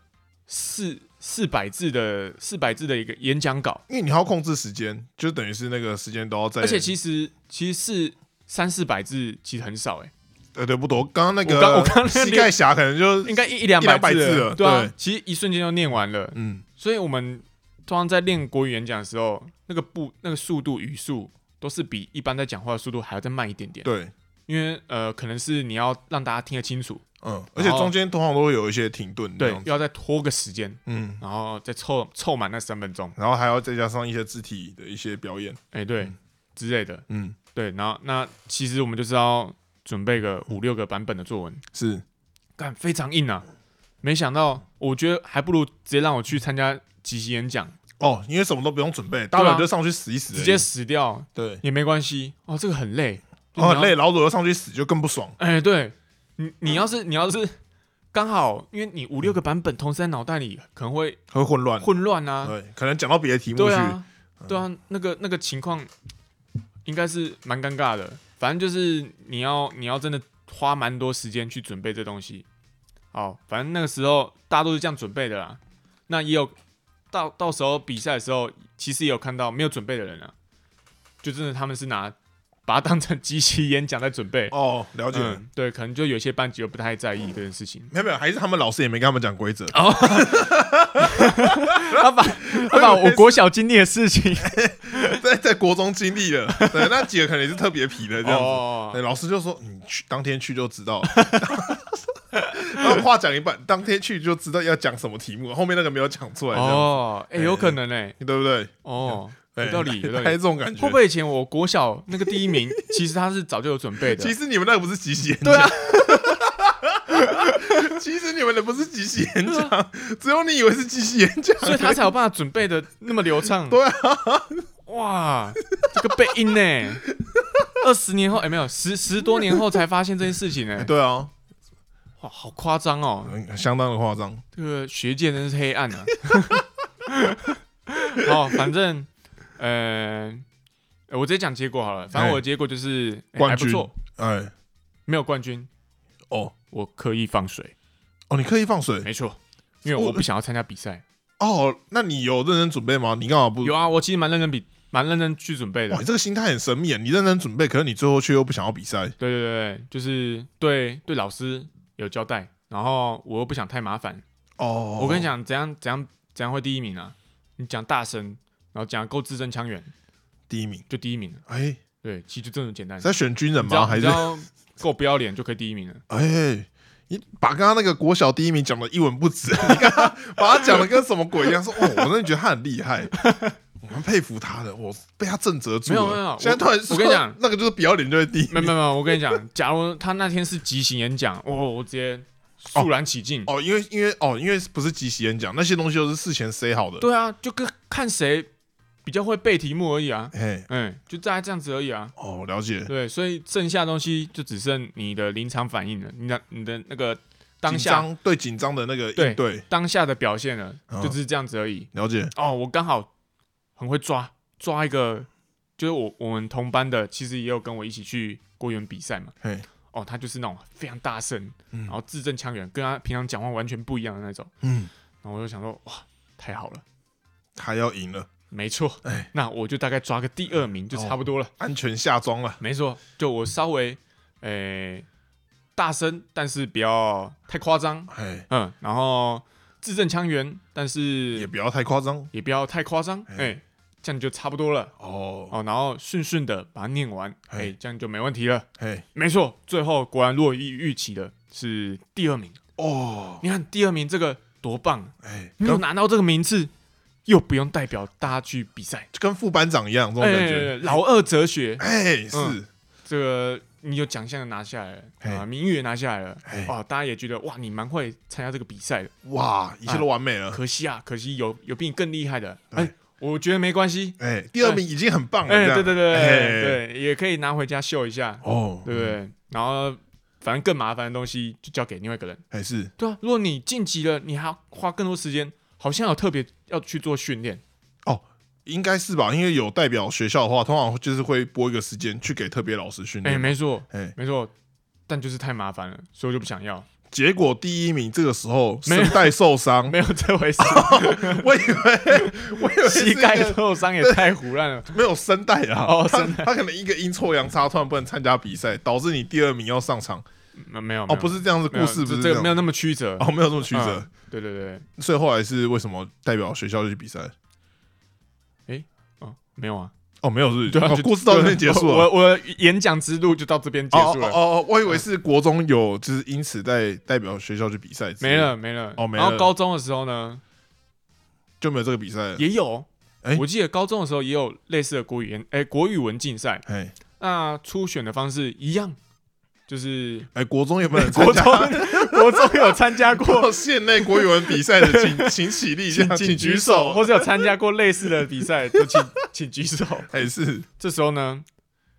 [SPEAKER 2] 四四百字的四百字的一个演讲稿，
[SPEAKER 1] 因为你还要控制时间，就等于是那个时间都要在。
[SPEAKER 2] 而且其实其实是三四百字其实很少哎、
[SPEAKER 1] 呃对不多，刚刚那
[SPEAKER 2] 我刚我
[SPEAKER 1] 个
[SPEAKER 2] 刚刚那
[SPEAKER 1] 膝盖侠可能就
[SPEAKER 2] 应该一一两
[SPEAKER 1] 一两百
[SPEAKER 2] 字
[SPEAKER 1] 字
[SPEAKER 2] 了
[SPEAKER 1] 了
[SPEAKER 2] 对啊
[SPEAKER 1] 对
[SPEAKER 2] 其实一瞬间就念完了。
[SPEAKER 1] 嗯
[SPEAKER 2] 所以我们通常在练国语演讲的时候，那个步、那个速度、语速都是比一般在讲话的速度还要再慢一点点。
[SPEAKER 1] 对
[SPEAKER 2] 因为呃，可能是你要让大家听得清楚，
[SPEAKER 1] 嗯，而且中间通常都会有一些停顿这
[SPEAKER 2] 对，
[SPEAKER 1] 样子，
[SPEAKER 2] 要再拖个时间，
[SPEAKER 1] 嗯，
[SPEAKER 2] 然后再凑凑满那三分钟，
[SPEAKER 1] 然后还要再加上一些肢体的一些表演，
[SPEAKER 2] 哎、对、
[SPEAKER 1] 嗯
[SPEAKER 2] 之类的，
[SPEAKER 1] 嗯，
[SPEAKER 2] 对。然后那其实我们就是要准备个五六个版本的作文，
[SPEAKER 1] 是
[SPEAKER 2] 干非常硬啊！没想到，我觉得还不如直接让我去参加即席演讲，
[SPEAKER 1] 哦，因为什么都不用准备，大不了就上去死一死而已，
[SPEAKER 2] 啊直接死掉
[SPEAKER 1] 对，
[SPEAKER 2] 也没关系哦，这个很累，
[SPEAKER 1] 哦很
[SPEAKER 2] 就你要
[SPEAKER 1] 累，老左又上去死就更不爽，
[SPEAKER 2] 哎、对你，你要是你要是刚好，因为你五六个版本同时在脑袋里，可能会
[SPEAKER 1] 会混乱，
[SPEAKER 2] 混乱啊。
[SPEAKER 1] 对，可能讲到别的题目
[SPEAKER 2] 对
[SPEAKER 1] 去，嗯
[SPEAKER 2] 啊，对啊，那个那个情况应该是蛮尴尬的。反正就是你要你要真的花蛮多时间去准备这东西。好，反正那个时候大家都是这样准备的啦。那也有到到时候比赛的时候，其实也有看到没有准备的人啊，就真的他们是拿把它当成即席演讲在准备。
[SPEAKER 1] 哦，了解。。
[SPEAKER 2] 嗯，对，可能就有些班级就不太在意这件事情
[SPEAKER 1] (laughs) 没有没有，还是他们老师也没跟他们讲规
[SPEAKER 2] (laughs)
[SPEAKER 1] 则，
[SPEAKER 2] 他把他把啊我国小经历的事情，
[SPEAKER 1] 在在国中经历了，对，那几个可能也是特别皮 (laughs) 的这样子。
[SPEAKER 2] 哦，
[SPEAKER 1] 对，哎老师就说你去当天去就知道了。 (laughs) 然后话讲一半，当天去就知道要讲什么题目，后面那个没有讲出来，这样、
[SPEAKER 2] 哦，哎，
[SPEAKER 1] 哎
[SPEAKER 2] 有可能哎，
[SPEAKER 1] 对不对？
[SPEAKER 2] 哦，
[SPEAKER 1] 哎
[SPEAKER 2] 有道理，有道
[SPEAKER 1] 大概
[SPEAKER 2] 理
[SPEAKER 1] 这。种感觉。
[SPEAKER 2] 会不会以前我国小那个第一名， (laughs) 其实他是早就有准备
[SPEAKER 1] (laughs)
[SPEAKER 2] 的
[SPEAKER 1] 其？实你们那个不是即席演
[SPEAKER 2] 对
[SPEAKER 1] 讲，
[SPEAKER 2] 啊，
[SPEAKER 1] (laughs) 其实你们的不是即席演讲，
[SPEAKER 2] (laughs)
[SPEAKER 1] 只有你以为是即席演讲。
[SPEAKER 2] 所以他才有办法准备的那么流
[SPEAKER 1] (laughs)
[SPEAKER 2] 畅。
[SPEAKER 1] 对啊，
[SPEAKER 2] 哇，这个背音呢， (laughs) 二十年后哎，没有十十多年后才发现这件事情呢，
[SPEAKER 1] (laughs) 对啊，
[SPEAKER 2] 哇，好夸张哦！
[SPEAKER 1] 嗯相当的夸张。
[SPEAKER 2] 这个学界真是黑暗啊！ (laughs) 好，反正呃，呃我直接讲结果好了。反正我的结果就是、哎
[SPEAKER 1] 冠
[SPEAKER 2] 还不
[SPEAKER 1] 军
[SPEAKER 2] 错，
[SPEAKER 1] 哎，
[SPEAKER 2] 没有冠军，
[SPEAKER 1] 哦
[SPEAKER 2] 我刻意放水，
[SPEAKER 1] 哦，你刻意放水
[SPEAKER 2] 没错，因为
[SPEAKER 1] 我
[SPEAKER 2] 我不想要参加比赛。
[SPEAKER 1] 哦？那你有认真准备吗？你干嘛不？
[SPEAKER 2] 有啊，我其实蛮认真比，蛮认真去准备的
[SPEAKER 1] 哇，你。这个心态很神秘啊耶，你认真准备，可是你最后却又不想要比赛。
[SPEAKER 2] 对对对对，就是对对老师有交代，然后我又不想太麻烦。
[SPEAKER 1] 哦
[SPEAKER 2] 我跟你，讲，怎样怎样怎样会第一名啊？你讲大声，然后讲够字正腔圆，
[SPEAKER 1] 第一名，
[SPEAKER 2] 就第一名了。
[SPEAKER 1] 哎，
[SPEAKER 2] 对，其实就这么简单。
[SPEAKER 1] 在选军人
[SPEAKER 2] 只要
[SPEAKER 1] 吗？还
[SPEAKER 2] 只
[SPEAKER 1] 是
[SPEAKER 2] 要够不要脸就可以第一名了。
[SPEAKER 1] 哎，你把刚刚那个国小第一名讲的一文不值， (laughs) 你刚刚把他讲的跟什么鬼一样，说哦，我真的觉得他很厉害， (laughs) 我蛮佩服他的，我被他震慑住了。
[SPEAKER 2] 没有没有没有
[SPEAKER 1] 现在突然说
[SPEAKER 2] 我跟你讲
[SPEAKER 1] 那个就是不要脸就会第一
[SPEAKER 2] 没
[SPEAKER 1] 名
[SPEAKER 2] 没没，我跟你讲，假如他那天是即兴演讲，哦，我直接肃然起敬。
[SPEAKER 1] 哦，因为因为哦，因为不是即席演讲，那些东西都是事前塞好的。，
[SPEAKER 2] 对啊，就跟看谁比较会背题目而已啊。
[SPEAKER 1] 哎，
[SPEAKER 2] 嗯，就大概这样子而已啊。
[SPEAKER 1] 哦，了 (laughs) 解，
[SPEAKER 2] 对，所以剩下的东西就只剩你的临场反应了，你的你的那个当
[SPEAKER 1] 紧
[SPEAKER 2] 下
[SPEAKER 1] 张对紧张的那个
[SPEAKER 2] 对
[SPEAKER 1] 应对，
[SPEAKER 2] 当下的表现了，
[SPEAKER 1] 嗯
[SPEAKER 2] 就只是这样子而已。
[SPEAKER 1] 了解，
[SPEAKER 2] 哦，我刚好很会抓抓一个，就是我我们同班的，其实也有跟我一起去国园比赛嘛。
[SPEAKER 1] 嘿，
[SPEAKER 2] 哦，他就是那种非常大声，
[SPEAKER 1] 嗯
[SPEAKER 2] 然后字正腔圆，跟他平常讲话完全不一样的那种。
[SPEAKER 1] 嗯，
[SPEAKER 2] 然后我就想说，哇，太好了，
[SPEAKER 1] 他要赢了，
[SPEAKER 2] 没错
[SPEAKER 1] 哎，哦
[SPEAKER 2] 那我就大概抓个第二名就差不多了。
[SPEAKER 1] 安全下装了。
[SPEAKER 2] 没错，就我稍微诶、大声，但是不要太夸张，
[SPEAKER 1] 哎，
[SPEAKER 2] 嗯，然后字正腔圆，但
[SPEAKER 1] 也
[SPEAKER 2] 是
[SPEAKER 1] 不要太夸张
[SPEAKER 2] 也不要太夸张，哎、
[SPEAKER 1] 哎
[SPEAKER 2] 这样就差不多了。
[SPEAKER 1] 哦。
[SPEAKER 2] 哦，然后顺顺的把它念完，哎、
[SPEAKER 1] 哎
[SPEAKER 2] 这样就没问题了。
[SPEAKER 1] 哎，
[SPEAKER 2] 没错，最后果然落于预期的是第二名。
[SPEAKER 1] 哦，
[SPEAKER 2] 你看第二名这个多棒，啊
[SPEAKER 1] 哎，
[SPEAKER 2] 没有
[SPEAKER 1] 跟
[SPEAKER 2] 拿到这个名次，又不用代表大家去比赛，
[SPEAKER 1] 跟副班长一样，这种
[SPEAKER 2] 哎、嗯
[SPEAKER 1] 感觉。
[SPEAKER 2] 老二哲学，
[SPEAKER 1] 哎，是
[SPEAKER 2] 这个你有奖项拿下来
[SPEAKER 1] 嘿
[SPEAKER 2] 了啊，名誉也拿下来了
[SPEAKER 1] 嘿，
[SPEAKER 2] 哇，大家也觉得哇，你蛮会参加这个比赛的。
[SPEAKER 1] 哇，一切都完美了。
[SPEAKER 2] 可惜啊，可惜有有比你更厉害的，
[SPEAKER 1] 对
[SPEAKER 2] 哎，我觉得没关系，
[SPEAKER 1] 哎，第二名已经很棒了，
[SPEAKER 2] 哎，
[SPEAKER 1] 这样
[SPEAKER 2] 对对对
[SPEAKER 1] 哎
[SPEAKER 2] 对对，也可以拿回家秀一下，
[SPEAKER 1] 哦，
[SPEAKER 2] 对不对？然后反正更麻烦的东西就交给另外一个人。
[SPEAKER 1] 还是
[SPEAKER 2] 对啊，如果你晋级了，你还要花更多时间，好像有特别要去做训练。
[SPEAKER 1] 应该是吧？因为有代表学校的话，通常就是会拨一个时间去给特别老师训
[SPEAKER 2] 哎、
[SPEAKER 1] 练。
[SPEAKER 2] 没错，
[SPEAKER 1] 哎，
[SPEAKER 2] 没错，但就是太麻烦了，所以我就不想要。
[SPEAKER 1] 结果第一名这个时候
[SPEAKER 2] 没有
[SPEAKER 1] 声带受伤，
[SPEAKER 2] 没有这回事，
[SPEAKER 1] (laughs) 我以为 (laughs) 我以为哦是
[SPEAKER 2] 膝
[SPEAKER 1] 一个
[SPEAKER 2] 盖受伤也太胡乱了。
[SPEAKER 1] 没有声带啊，
[SPEAKER 2] 哦
[SPEAKER 1] 他
[SPEAKER 2] 声带
[SPEAKER 1] 他可能一个阴错阳差，突然不能参加比赛，导致你第二名要上场。
[SPEAKER 2] 没没有
[SPEAKER 1] 哦，不
[SPEAKER 2] 是
[SPEAKER 1] 是这样子，故事不是
[SPEAKER 2] 这个没
[SPEAKER 1] 样
[SPEAKER 2] 有那么曲折。
[SPEAKER 1] 哦，没有这么曲折
[SPEAKER 2] 嗯。对对对，
[SPEAKER 1] 所以后来是为什么代表学校去比赛？
[SPEAKER 2] 哦，没有啊，
[SPEAKER 1] 哦，没有是不是，
[SPEAKER 2] 对啊，
[SPEAKER 1] 哦
[SPEAKER 2] 就
[SPEAKER 1] 故事到这边结束了。
[SPEAKER 2] 我我我演讲之路就到这边结
[SPEAKER 1] 哦
[SPEAKER 2] 束
[SPEAKER 1] 哦
[SPEAKER 2] 了，
[SPEAKER 1] 哦，我以为是国中有，就是因此代代表学校去比赛，
[SPEAKER 2] 没，了没了。
[SPEAKER 1] 哦没
[SPEAKER 2] 然后
[SPEAKER 1] 了
[SPEAKER 2] 高中的时候呢，
[SPEAKER 1] 就没有这个比赛了。
[SPEAKER 2] 也有。
[SPEAKER 1] 哎
[SPEAKER 2] 我记得高中的时候也有类似的国语言，哎、国语文竞赛。
[SPEAKER 1] 哎
[SPEAKER 2] 那初选的方式一样，就是
[SPEAKER 1] 哎，国中有没有人 (laughs) 参
[SPEAKER 2] 国
[SPEAKER 1] 加 (laughs)
[SPEAKER 2] 中国中有参加过
[SPEAKER 1] 过县内国语文比赛的，请 (laughs) 请起立，这样
[SPEAKER 2] 请
[SPEAKER 1] 举
[SPEAKER 2] 举手，。或者有参加过类似的比赛，就请请举手。
[SPEAKER 1] 哎是
[SPEAKER 2] 这时候呢，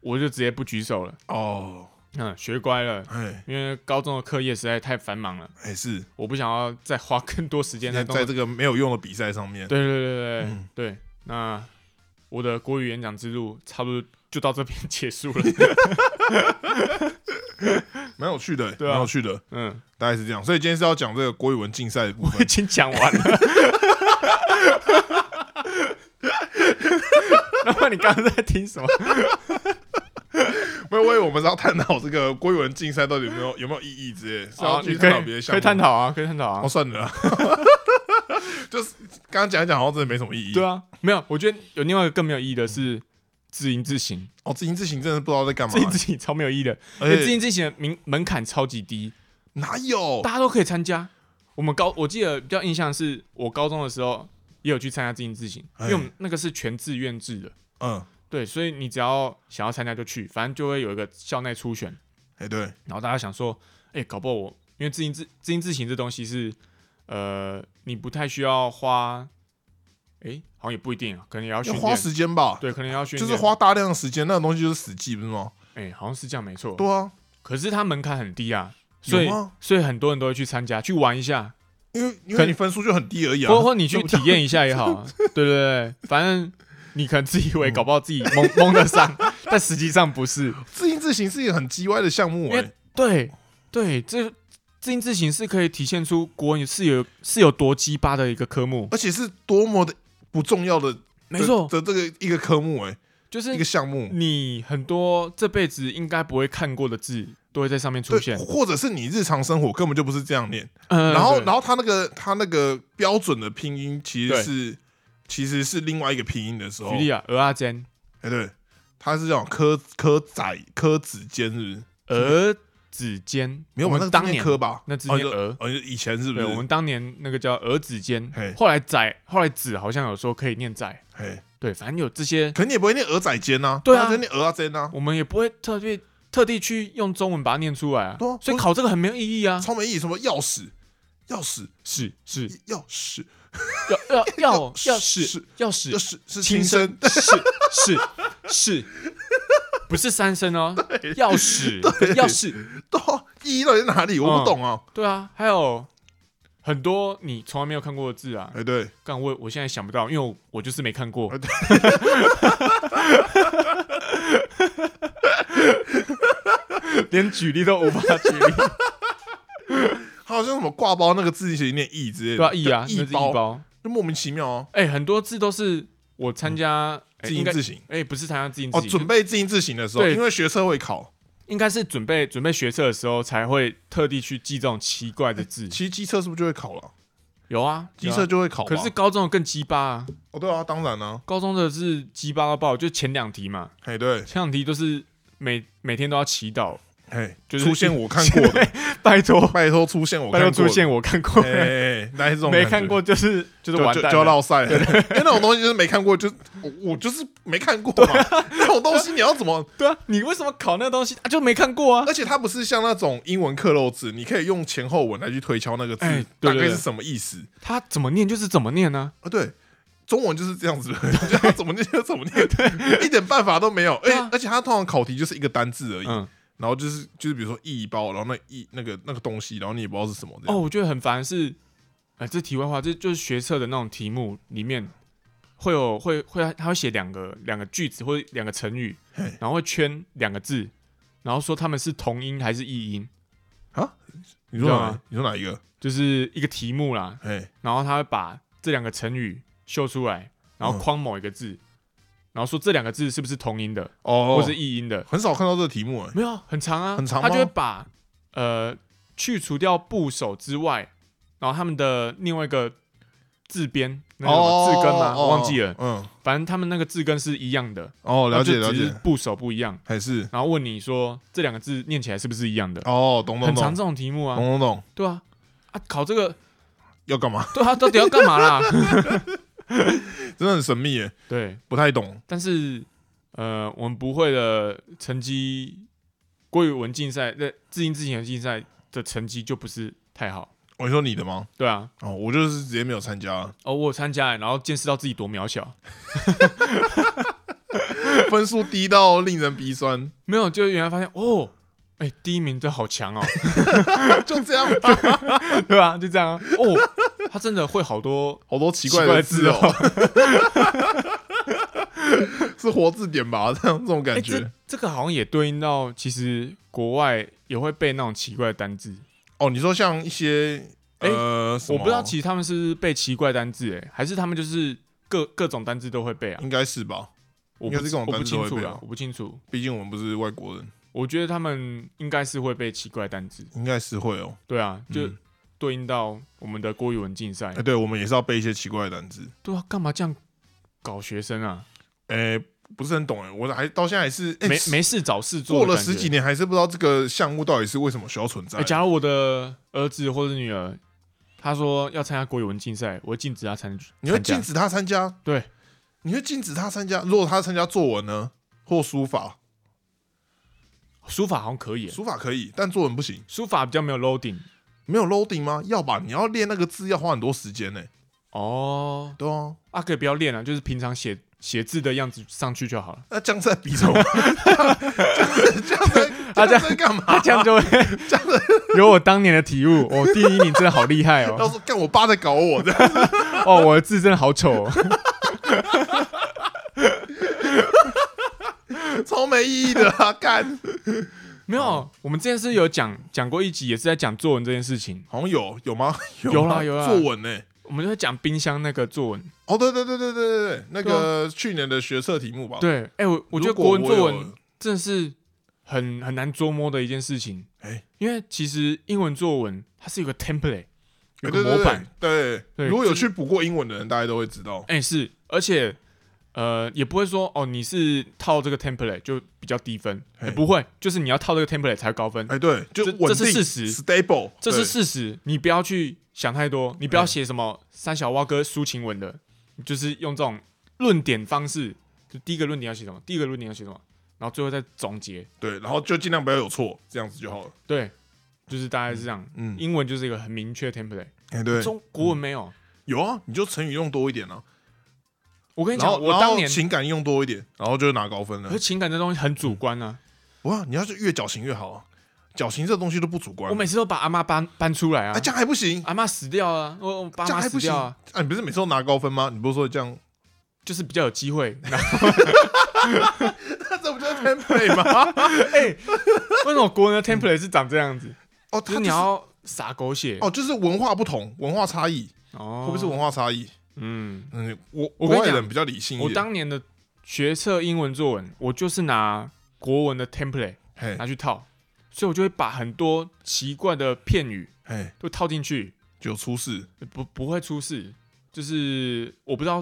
[SPEAKER 2] 我就直接不举手了，
[SPEAKER 1] 哦，
[SPEAKER 2] 嗯，学乖了，
[SPEAKER 1] 哎
[SPEAKER 2] 因为高中的课业实在太繁忙了，
[SPEAKER 1] 哎是，
[SPEAKER 2] 我不想要再花更多时间在
[SPEAKER 1] 在
[SPEAKER 2] 弄
[SPEAKER 1] 在这个没有用的比赛上面。
[SPEAKER 2] 对对对对对、
[SPEAKER 1] 嗯
[SPEAKER 2] 对，那我的国语演讲之路差不多就到这边结
[SPEAKER 1] (laughs)
[SPEAKER 2] 束了。
[SPEAKER 1] 蛮有趣的、欸，
[SPEAKER 2] 对啊
[SPEAKER 1] 蛮有趣的，
[SPEAKER 2] 嗯，
[SPEAKER 1] 大概是这样。所以今天是要讲这个国语文竞赛的部
[SPEAKER 2] 已
[SPEAKER 1] 分。
[SPEAKER 2] 经讲
[SPEAKER 1] (laughs)
[SPEAKER 2] 完了。那么你刚刚在听什么？
[SPEAKER 1] 因为我们是要探讨这个国语文竞赛到底有没有有没 (laughs) 有意义之类，是要
[SPEAKER 2] 啊你
[SPEAKER 1] 去
[SPEAKER 2] 可
[SPEAKER 1] 探讨别
[SPEAKER 2] 以
[SPEAKER 1] 的项
[SPEAKER 2] 可
[SPEAKER 1] 目。
[SPEAKER 2] 以探讨啊，可以探讨啊
[SPEAKER 1] 哦，。算了 (laughs) 啦，就是刚刚讲一讲，好像真的没什么意义。
[SPEAKER 2] 对啊，没有，我觉得有另外一个更没有意义的是自营自行，
[SPEAKER 1] 哦，自行自行真的不知道在干嘛
[SPEAKER 2] 自。营自行超没有意义的，因
[SPEAKER 1] 哦而
[SPEAKER 2] 为自
[SPEAKER 1] 且
[SPEAKER 2] 营自行的门门槛超级低，
[SPEAKER 1] 哪有？
[SPEAKER 2] 大家都可以参加。我们高，我记得比较印象的是我高中的时候也有去参加自营自行，因为我们那个是全自愿制的，
[SPEAKER 1] 嗯，
[SPEAKER 2] 对，所以你只要想要参加就去，反正就会有一个校内初选，
[SPEAKER 1] 哎对，
[SPEAKER 2] 然后大家想说，哎、搞不好我因为自行自自行自行这东西是，呃，你不太需要花，哎、好像也不一定啊，可能也要
[SPEAKER 1] 要
[SPEAKER 2] 训
[SPEAKER 1] 花
[SPEAKER 2] 练，
[SPEAKER 1] 时间吧，
[SPEAKER 2] 对，可能也要训
[SPEAKER 1] 就
[SPEAKER 2] 练，
[SPEAKER 1] 是花大量的时间，那个东西就是死记，不是吗？
[SPEAKER 2] 哎、好像是这样没错。
[SPEAKER 1] 对啊，
[SPEAKER 2] 可是它门槛很低啊，所以
[SPEAKER 1] 有吗？
[SPEAKER 2] 所以很多人都会去参加，去玩一下，
[SPEAKER 1] 因为因
[SPEAKER 2] 可
[SPEAKER 1] 为你分数就很低而已啊。
[SPEAKER 2] 或或你去体验一下也好啊，对对对，反正你可能自以为搞不好自己蒙蒙得上，但实际上不是，
[SPEAKER 1] 自行自行是一个很鸡歪的项目
[SPEAKER 2] 因
[SPEAKER 1] 哎、
[SPEAKER 2] 为对对，这自行自行是可以体现出国文是有是有多鸡巴的一个科目，
[SPEAKER 1] 而且是多么的不重要的
[SPEAKER 2] 没错，
[SPEAKER 1] 的的这个一个科目哎、
[SPEAKER 2] 就
[SPEAKER 1] 一个
[SPEAKER 2] 是
[SPEAKER 1] 项目，
[SPEAKER 2] 你很多这辈子应该不会看过的字都会在上面出
[SPEAKER 1] 对，
[SPEAKER 2] 现，
[SPEAKER 1] 或者是你日常生活根本就不是这样念，
[SPEAKER 2] 嗯，
[SPEAKER 1] 然后
[SPEAKER 2] 对
[SPEAKER 1] 然后他那个他那个标准的拼音其实
[SPEAKER 2] 对
[SPEAKER 1] 是其实是另外一个拼音的时候
[SPEAKER 2] 举，例啊，鹅阿珍，
[SPEAKER 1] 哎对，他是叫科科仔科子监日，
[SPEAKER 2] 鹅子坚，
[SPEAKER 1] 没有吧
[SPEAKER 2] 我
[SPEAKER 1] 那
[SPEAKER 2] 们
[SPEAKER 1] 个
[SPEAKER 2] 当
[SPEAKER 1] 字念
[SPEAKER 2] 年
[SPEAKER 1] 科吧，
[SPEAKER 2] 那字
[SPEAKER 1] 哦
[SPEAKER 2] 念
[SPEAKER 1] 就
[SPEAKER 2] 鹅
[SPEAKER 1] 哦就以前是不
[SPEAKER 2] 对，我
[SPEAKER 1] 是？
[SPEAKER 2] 们当年那个叫儿子间
[SPEAKER 1] 嘿，
[SPEAKER 2] 后来仔，后来子好像有说可以念仔，
[SPEAKER 1] 哎，
[SPEAKER 2] 对，反正有这些，
[SPEAKER 1] 可你也不会念鹅仔监呐，
[SPEAKER 2] 对啊
[SPEAKER 1] 大家就念鹅啊监呐，
[SPEAKER 2] 我们也不会特别特地去用中文把它念出来啊
[SPEAKER 1] 对啊，
[SPEAKER 2] 所以考这个很没有意义啊。
[SPEAKER 1] 超没意义，什么钥匙钥匙
[SPEAKER 2] 是是，
[SPEAKER 1] 钥匙
[SPEAKER 2] 要要要要
[SPEAKER 1] 是
[SPEAKER 2] 是要是
[SPEAKER 1] 钥匙是
[SPEAKER 2] 亲
[SPEAKER 1] 亲生 (laughs)
[SPEAKER 2] 生，是是是，不是三声哦，要是要是，
[SPEAKER 1] 对啊，意义到底在哪里？我不
[SPEAKER 2] 嗯
[SPEAKER 1] 懂啊，
[SPEAKER 2] 对啊，还有很多你从来没有看过的字啊，
[SPEAKER 1] 哎对，
[SPEAKER 2] 干我我现在想不到，因为我我就是没看过
[SPEAKER 1] 啊。
[SPEAKER 2] 连举例都无法举例，
[SPEAKER 1] 好像什么挂包那个字写念义之类的，
[SPEAKER 2] 对啊，易啊，那
[SPEAKER 1] 就
[SPEAKER 2] 是
[SPEAKER 1] 义
[SPEAKER 2] 易包。
[SPEAKER 1] 就莫名其妙哦、
[SPEAKER 2] 哎，很多字都是我参加
[SPEAKER 1] 啊，
[SPEAKER 2] 哎
[SPEAKER 1] 自
[SPEAKER 2] 应
[SPEAKER 1] 行
[SPEAKER 2] 该
[SPEAKER 1] 自行
[SPEAKER 2] 哎，不是参加自行
[SPEAKER 1] 哦，
[SPEAKER 2] 自
[SPEAKER 1] 准
[SPEAKER 2] 行，
[SPEAKER 1] 备自行自行的时候，
[SPEAKER 2] 对
[SPEAKER 1] 因为学车会考，
[SPEAKER 2] 应该是准备准备学测的时候才会特地去记这种奇怪的字。
[SPEAKER 1] 其实机车是不是就会考了？
[SPEAKER 2] 有啊，
[SPEAKER 1] 机
[SPEAKER 2] 有啊
[SPEAKER 1] 车就会考吧，
[SPEAKER 2] 可是高中的更鸡巴啊，
[SPEAKER 1] 哦，对啊，当然啊，
[SPEAKER 2] 高中的是鸡巴到爆，就前两题嘛，
[SPEAKER 1] 嘿对，
[SPEAKER 2] 前两题都是每每天都要祈祷，
[SPEAKER 1] 嘿，
[SPEAKER 2] 就是
[SPEAKER 1] 出现我看过的，
[SPEAKER 2] 拜托
[SPEAKER 1] (laughs) 拜托出现我
[SPEAKER 2] 拜
[SPEAKER 1] 看
[SPEAKER 2] 托
[SPEAKER 1] 过的，
[SPEAKER 2] 出现我看过
[SPEAKER 1] 哎，，哎哎那是这种
[SPEAKER 2] 没
[SPEAKER 1] 感觉
[SPEAKER 2] 看过就是就是
[SPEAKER 1] 就
[SPEAKER 2] 完
[SPEAKER 1] 就
[SPEAKER 2] 蛋
[SPEAKER 1] 就要 (laughs)
[SPEAKER 2] 了，
[SPEAKER 1] 落赛了，因为那种东西就是没看过，就我我就是没看过嘛，
[SPEAKER 2] 啊
[SPEAKER 1] (laughs) 这种东西你要怎么？
[SPEAKER 2] 对啊，你为什么考那个东西啊？就没看过啊？
[SPEAKER 1] 而且它不是像那种英文克漏字，你可以用前后文来去推敲那个字、
[SPEAKER 2] 哎对
[SPEAKER 1] 大
[SPEAKER 2] 对
[SPEAKER 1] 概
[SPEAKER 2] 对
[SPEAKER 1] 是什么意思
[SPEAKER 2] 他怎么念就是怎么念呢、
[SPEAKER 1] 啊？对，中文就是这样子， (laughs) 就它怎么念就怎么念，一点办法都没有。而且、
[SPEAKER 2] 对啊
[SPEAKER 1] 而且它通常考题就是一个单字而已，
[SPEAKER 2] 嗯，
[SPEAKER 1] 然后就是就是比如说一包，然后那一那个那个东西，然后你也不知道是什么这
[SPEAKER 2] 哦，
[SPEAKER 1] 样。
[SPEAKER 2] 我觉得很烦的是，哎、这题外话，这就是学测的那种题目里面会有会会他会写两个两个句子或者两个成语
[SPEAKER 1] 嘿，
[SPEAKER 2] 然后会圈两个字，然后说他们是同音还是异音，
[SPEAKER 1] 你说
[SPEAKER 2] 对
[SPEAKER 1] 哪
[SPEAKER 2] 啊？
[SPEAKER 1] 你说哪一个？
[SPEAKER 2] 就是一个题目啦，
[SPEAKER 1] 哎，
[SPEAKER 2] 然后他会把这两个成语秀出来，然
[SPEAKER 1] 嗯
[SPEAKER 2] 后框某一个字，然后说这两个字是不是同音的，
[SPEAKER 1] 哦，
[SPEAKER 2] 或是异音的？
[SPEAKER 1] 很少看到这个题目、哎，
[SPEAKER 2] 没有，很长啊，
[SPEAKER 1] 很长吗
[SPEAKER 2] 他就会把呃去除掉部首之外，然后他们的另外一个字边那个什么字根吗？
[SPEAKER 1] 哦
[SPEAKER 2] 我忘记了，，
[SPEAKER 1] 嗯，
[SPEAKER 2] 反正他们那个字根是一样的，
[SPEAKER 1] 哦，了解
[SPEAKER 2] 那就
[SPEAKER 1] 了
[SPEAKER 2] 只是
[SPEAKER 1] 解，
[SPEAKER 2] 部首不一样。
[SPEAKER 1] 还是
[SPEAKER 2] 然后问你说这两个字念起来是不是一样的？
[SPEAKER 1] 哦，懂懂
[SPEAKER 2] 很常
[SPEAKER 1] 懂，哦
[SPEAKER 2] 这种题目
[SPEAKER 1] 懂
[SPEAKER 2] 啊，
[SPEAKER 1] 懂懂，
[SPEAKER 2] 对啊，啊考这个，
[SPEAKER 1] 要干嘛？ (laughs)
[SPEAKER 2] 对啊，到底要干嘛啦？
[SPEAKER 1] 真的很神秘耶，欸
[SPEAKER 2] 对，
[SPEAKER 1] 不太懂。
[SPEAKER 2] 但是呃，我们不会的成绩，国语文竞赛、那字音字形的竞赛的成绩就不是太好，
[SPEAKER 1] 我说你的吗？
[SPEAKER 2] 对啊。
[SPEAKER 1] 哦，我就是直接没有参加，啊
[SPEAKER 2] 哦，我有参加欸，然后见识到自己多渺小。
[SPEAKER 1] 分数低到令人鼻酸， (laughs)
[SPEAKER 2] 没有，就原来发现哦，哎、第一名真的好强哦， (laughs)
[SPEAKER 1] 就这样啊吧，
[SPEAKER 2] 对吧、就这样啊，哦，他真的会好多
[SPEAKER 1] 好多奇怪的字
[SPEAKER 2] 奇怪哦
[SPEAKER 1] 哦， (laughs) 是活字典吧？这样这种
[SPEAKER 2] 哎、
[SPEAKER 1] 感觉
[SPEAKER 2] 这这个好像也对应到，其实国外也会背那种奇怪的单字。
[SPEAKER 1] 哦。你说像一些
[SPEAKER 2] 哎
[SPEAKER 1] 呃，什
[SPEAKER 2] 我
[SPEAKER 1] 么
[SPEAKER 2] 不知道，其实他们是不是背奇怪单字，哎，还是他们就是各各种单字都会背啊？
[SPEAKER 1] 应该是吧？
[SPEAKER 2] 我
[SPEAKER 1] 应
[SPEAKER 2] 不
[SPEAKER 1] 该是各种
[SPEAKER 2] 我不
[SPEAKER 1] 单字都
[SPEAKER 2] 清
[SPEAKER 1] 会
[SPEAKER 2] 楚
[SPEAKER 1] 背
[SPEAKER 2] 啦
[SPEAKER 1] 吧，
[SPEAKER 2] 我不清楚。
[SPEAKER 1] 毕竟我们不是外国人，
[SPEAKER 2] 我觉得他们应该是会背奇怪单字，
[SPEAKER 1] 应该是会哦。
[SPEAKER 2] 对啊，就
[SPEAKER 1] 嗯
[SPEAKER 2] 对应到我们的国语文竞赛
[SPEAKER 1] 哎，。对，我们也是要背一些奇怪的单字。
[SPEAKER 2] 对啊，干嘛这样搞学生啊？
[SPEAKER 1] 哎，不是很懂哎，我还到现在还是哎
[SPEAKER 2] 没没事找事做
[SPEAKER 1] 过
[SPEAKER 2] 的感觉。
[SPEAKER 1] 了十几年，还是不知道这个项目到底是为什么需要存在
[SPEAKER 2] 哎、。假如我的儿子或者女儿，他说要参加国语文竞赛，我会禁止他参
[SPEAKER 1] 你会
[SPEAKER 2] 参加
[SPEAKER 1] 禁止他参加？
[SPEAKER 2] 对，
[SPEAKER 1] 你会禁止他参加。如果他参加作文呢，或书法，
[SPEAKER 2] 书法好像可以耶，
[SPEAKER 1] 书法可以，但作文不行。
[SPEAKER 2] 书法比较没有 loading
[SPEAKER 1] 没有 loading 吗？要吧，你要练那个字要花很多时间呢、
[SPEAKER 2] 哦。
[SPEAKER 1] 对啊，
[SPEAKER 2] 啊，可以不要练了、就是平常写写字的样子上去就好了。
[SPEAKER 1] 那这样是在比
[SPEAKER 2] (laughs)
[SPEAKER 1] 什么？这样这样在
[SPEAKER 2] 啊
[SPEAKER 1] 这样
[SPEAKER 2] (laughs)
[SPEAKER 1] 在干嘛？
[SPEAKER 2] 啊，这样就会
[SPEAKER 1] 这样在
[SPEAKER 2] 有我当年的体悟。哦，第一名真的好厉害 (laughs)
[SPEAKER 1] 到
[SPEAKER 2] 哦！
[SPEAKER 1] 时候干我爸在搞我这样。
[SPEAKER 2] 哦，我的字真的好丑、哦。
[SPEAKER 1] 超没意义的啊！干，
[SPEAKER 2] (laughs) 没有，我们之前是有讲讲过一集，也是在讲作文这件事情。
[SPEAKER 1] 好像有有吗？
[SPEAKER 2] (laughs) 有
[SPEAKER 1] 啦
[SPEAKER 2] 啦有啦
[SPEAKER 1] 作文呢、
[SPEAKER 2] 我们就在讲冰箱那个作文。
[SPEAKER 1] 哦，对对对对对对对，那个去年的学测题目吧。，
[SPEAKER 2] 啊对，哎、我我觉
[SPEAKER 1] 如
[SPEAKER 2] 得
[SPEAKER 1] 果
[SPEAKER 2] 国文
[SPEAKER 1] 我
[SPEAKER 2] 作
[SPEAKER 1] 有
[SPEAKER 2] 文真的是很很难捉摸的一件事情。
[SPEAKER 1] 哎
[SPEAKER 2] 因为其实英文作文它是有个 template，有
[SPEAKER 1] 对对
[SPEAKER 2] 个模
[SPEAKER 1] 对
[SPEAKER 2] 板，
[SPEAKER 1] 对
[SPEAKER 2] 对
[SPEAKER 1] 如果有
[SPEAKER 2] 这
[SPEAKER 1] 去补过英文的人，大家都会知道。
[SPEAKER 2] 哎、是，而且呃也不会说哦你是套这个 template 就比较低分，
[SPEAKER 1] 嘿
[SPEAKER 2] 哎不会，就是你要套这个 template 才高分，
[SPEAKER 1] 哎，对，就
[SPEAKER 2] 这
[SPEAKER 1] 稳定
[SPEAKER 2] 这是事实
[SPEAKER 1] ，stable，
[SPEAKER 2] 这
[SPEAKER 1] 对
[SPEAKER 2] 是事实，你不要去想太多，你不
[SPEAKER 1] 哎
[SPEAKER 2] 要写什么三小蛙哥抒情文的，你就是用这种论点方式，就第一个论点要写什么，第一个论点要写什么，然后最后再总结，
[SPEAKER 1] 对，然后就尽量不要有错，这样子就好了。
[SPEAKER 2] 对，就是大概是这样。
[SPEAKER 1] 嗯，
[SPEAKER 2] 英文就是一个很明确的 template，
[SPEAKER 1] 哎，对，
[SPEAKER 2] 中国文没有。
[SPEAKER 1] 有啊，你就成语用多一点啊，
[SPEAKER 2] 我跟你
[SPEAKER 1] 然
[SPEAKER 2] 讲，
[SPEAKER 1] 后
[SPEAKER 2] 我
[SPEAKER 1] 然
[SPEAKER 2] 当
[SPEAKER 1] 后嗯
[SPEAKER 2] 年
[SPEAKER 1] 情感用多一点，然后就拿高分了
[SPEAKER 2] 可是。情感这东西很主观啊，
[SPEAKER 1] 哇，你要是越矫情越好啊，矫情这东西都不主观
[SPEAKER 2] 我。每次都把阿妈搬搬出来啊
[SPEAKER 1] 嗯哎，，这样还不行？
[SPEAKER 2] 阿妈死掉啊，我我爸
[SPEAKER 1] 这样
[SPEAKER 2] 妈
[SPEAKER 1] 还不
[SPEAKER 2] 死
[SPEAKER 1] 行
[SPEAKER 2] 掉啊，
[SPEAKER 1] 啊，你不是每次都拿高分吗？你不是说这
[SPEAKER 2] (laughs)
[SPEAKER 1] 样，哦
[SPEAKER 2] 就是比较有机
[SPEAKER 1] (laughs)
[SPEAKER 2] 会。
[SPEAKER 1] 那这不就是 template 吗？
[SPEAKER 2] 哎，为什么国人的 template 是长这样子？
[SPEAKER 1] 哦，
[SPEAKER 2] 就
[SPEAKER 1] 他
[SPEAKER 2] 是你
[SPEAKER 1] 就是
[SPEAKER 2] 要撒狗血
[SPEAKER 1] 哦，就是文化不同，文化差异，会
[SPEAKER 2] 哦
[SPEAKER 1] 不会是文化差异？
[SPEAKER 2] 嗯，
[SPEAKER 1] 嗯，我
[SPEAKER 2] 我
[SPEAKER 1] 国
[SPEAKER 2] 跟你
[SPEAKER 1] 外
[SPEAKER 2] 讲
[SPEAKER 1] 人比较理性一
[SPEAKER 2] 我
[SPEAKER 1] 点。
[SPEAKER 2] 当年的学测英文作文，我就是拿国文的 template
[SPEAKER 1] 嘿
[SPEAKER 2] 拿去套，所以我就会把很多奇怪的片语
[SPEAKER 1] 嘿，
[SPEAKER 2] 都套进去，
[SPEAKER 1] 就出事
[SPEAKER 2] 不不会出事，就是我不知道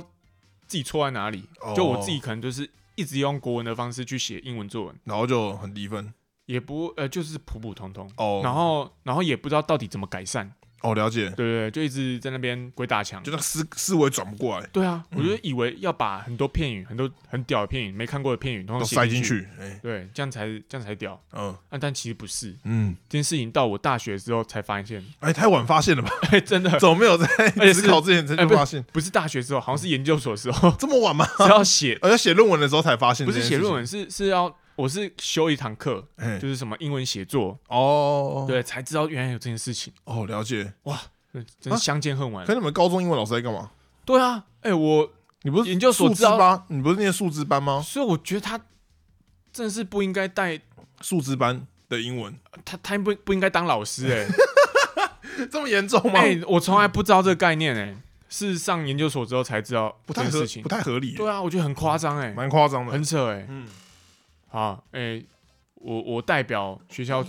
[SPEAKER 2] 自己错在哪里，
[SPEAKER 1] 哦
[SPEAKER 2] 就我自己可能就是一直用国文的方式去写英文作文，
[SPEAKER 1] 然后就很低分
[SPEAKER 2] 也不呃就是普普通通，
[SPEAKER 1] 哦。
[SPEAKER 2] 然后然后也不知道到底怎么改善，
[SPEAKER 1] 哦，了解，
[SPEAKER 2] 对对对，就一直在那边鬼打墙
[SPEAKER 1] 就。嗯那思思维转不过来，
[SPEAKER 2] 对啊，我就以为要把很多片语、很多很屌的片语、没看过的片语，然
[SPEAKER 1] 都
[SPEAKER 2] 后
[SPEAKER 1] 塞进。
[SPEAKER 2] 进
[SPEAKER 1] 去，哎，
[SPEAKER 2] 对，这样才这样才屌
[SPEAKER 1] 嗯
[SPEAKER 2] 啊！但其实不是，
[SPEAKER 1] 嗯，
[SPEAKER 2] 这件事情到我大学之后才发现， (laughs)
[SPEAKER 1] 哎，太晚发现了吧？
[SPEAKER 2] 哎，真的
[SPEAKER 1] 怎么没有在
[SPEAKER 2] 且是
[SPEAKER 1] 思考之前才
[SPEAKER 2] 哎
[SPEAKER 1] 就
[SPEAKER 2] 不是
[SPEAKER 1] 发现？
[SPEAKER 2] 不是大学之后，好像是研究所的时
[SPEAKER 1] (laughs)
[SPEAKER 2] 候，
[SPEAKER 1] 这么晚吗？
[SPEAKER 2] 是要写，
[SPEAKER 1] 而且写论文的时候才发现，
[SPEAKER 2] 不是写
[SPEAKER 1] (laughs)
[SPEAKER 2] 论，文，是是要我是修一堂课，
[SPEAKER 1] 哎
[SPEAKER 2] 就，是什么英文写作，
[SPEAKER 1] 哦，，
[SPEAKER 2] 对，才知道原来有这件事情，
[SPEAKER 1] 哦，了解。
[SPEAKER 2] 嗯真是相见恨晚
[SPEAKER 1] 啊可。你们高中英文老师在干嘛？
[SPEAKER 2] 对啊，哎，我
[SPEAKER 1] 你不是
[SPEAKER 2] 研究所
[SPEAKER 1] 数
[SPEAKER 2] 知
[SPEAKER 1] 字
[SPEAKER 2] 道，
[SPEAKER 1] 班？你不是念数字班吗？
[SPEAKER 2] 所以我觉得他真的是不应该带
[SPEAKER 1] 数字班的英文
[SPEAKER 2] 他，他不不应该当老师哎。
[SPEAKER 1] (laughs) 这么严重吗？
[SPEAKER 2] 哎、我从来不知道这个概念哎、是上研究所之后才知道
[SPEAKER 1] 不
[SPEAKER 2] 这
[SPEAKER 1] 太合
[SPEAKER 2] 件事，情
[SPEAKER 1] 不。太合理，
[SPEAKER 2] 对啊，我觉得很夸张哎，
[SPEAKER 1] 蛮夸张的。
[SPEAKER 2] 很扯哎、
[SPEAKER 1] 嗯，
[SPEAKER 2] 好，哎、我我代表学校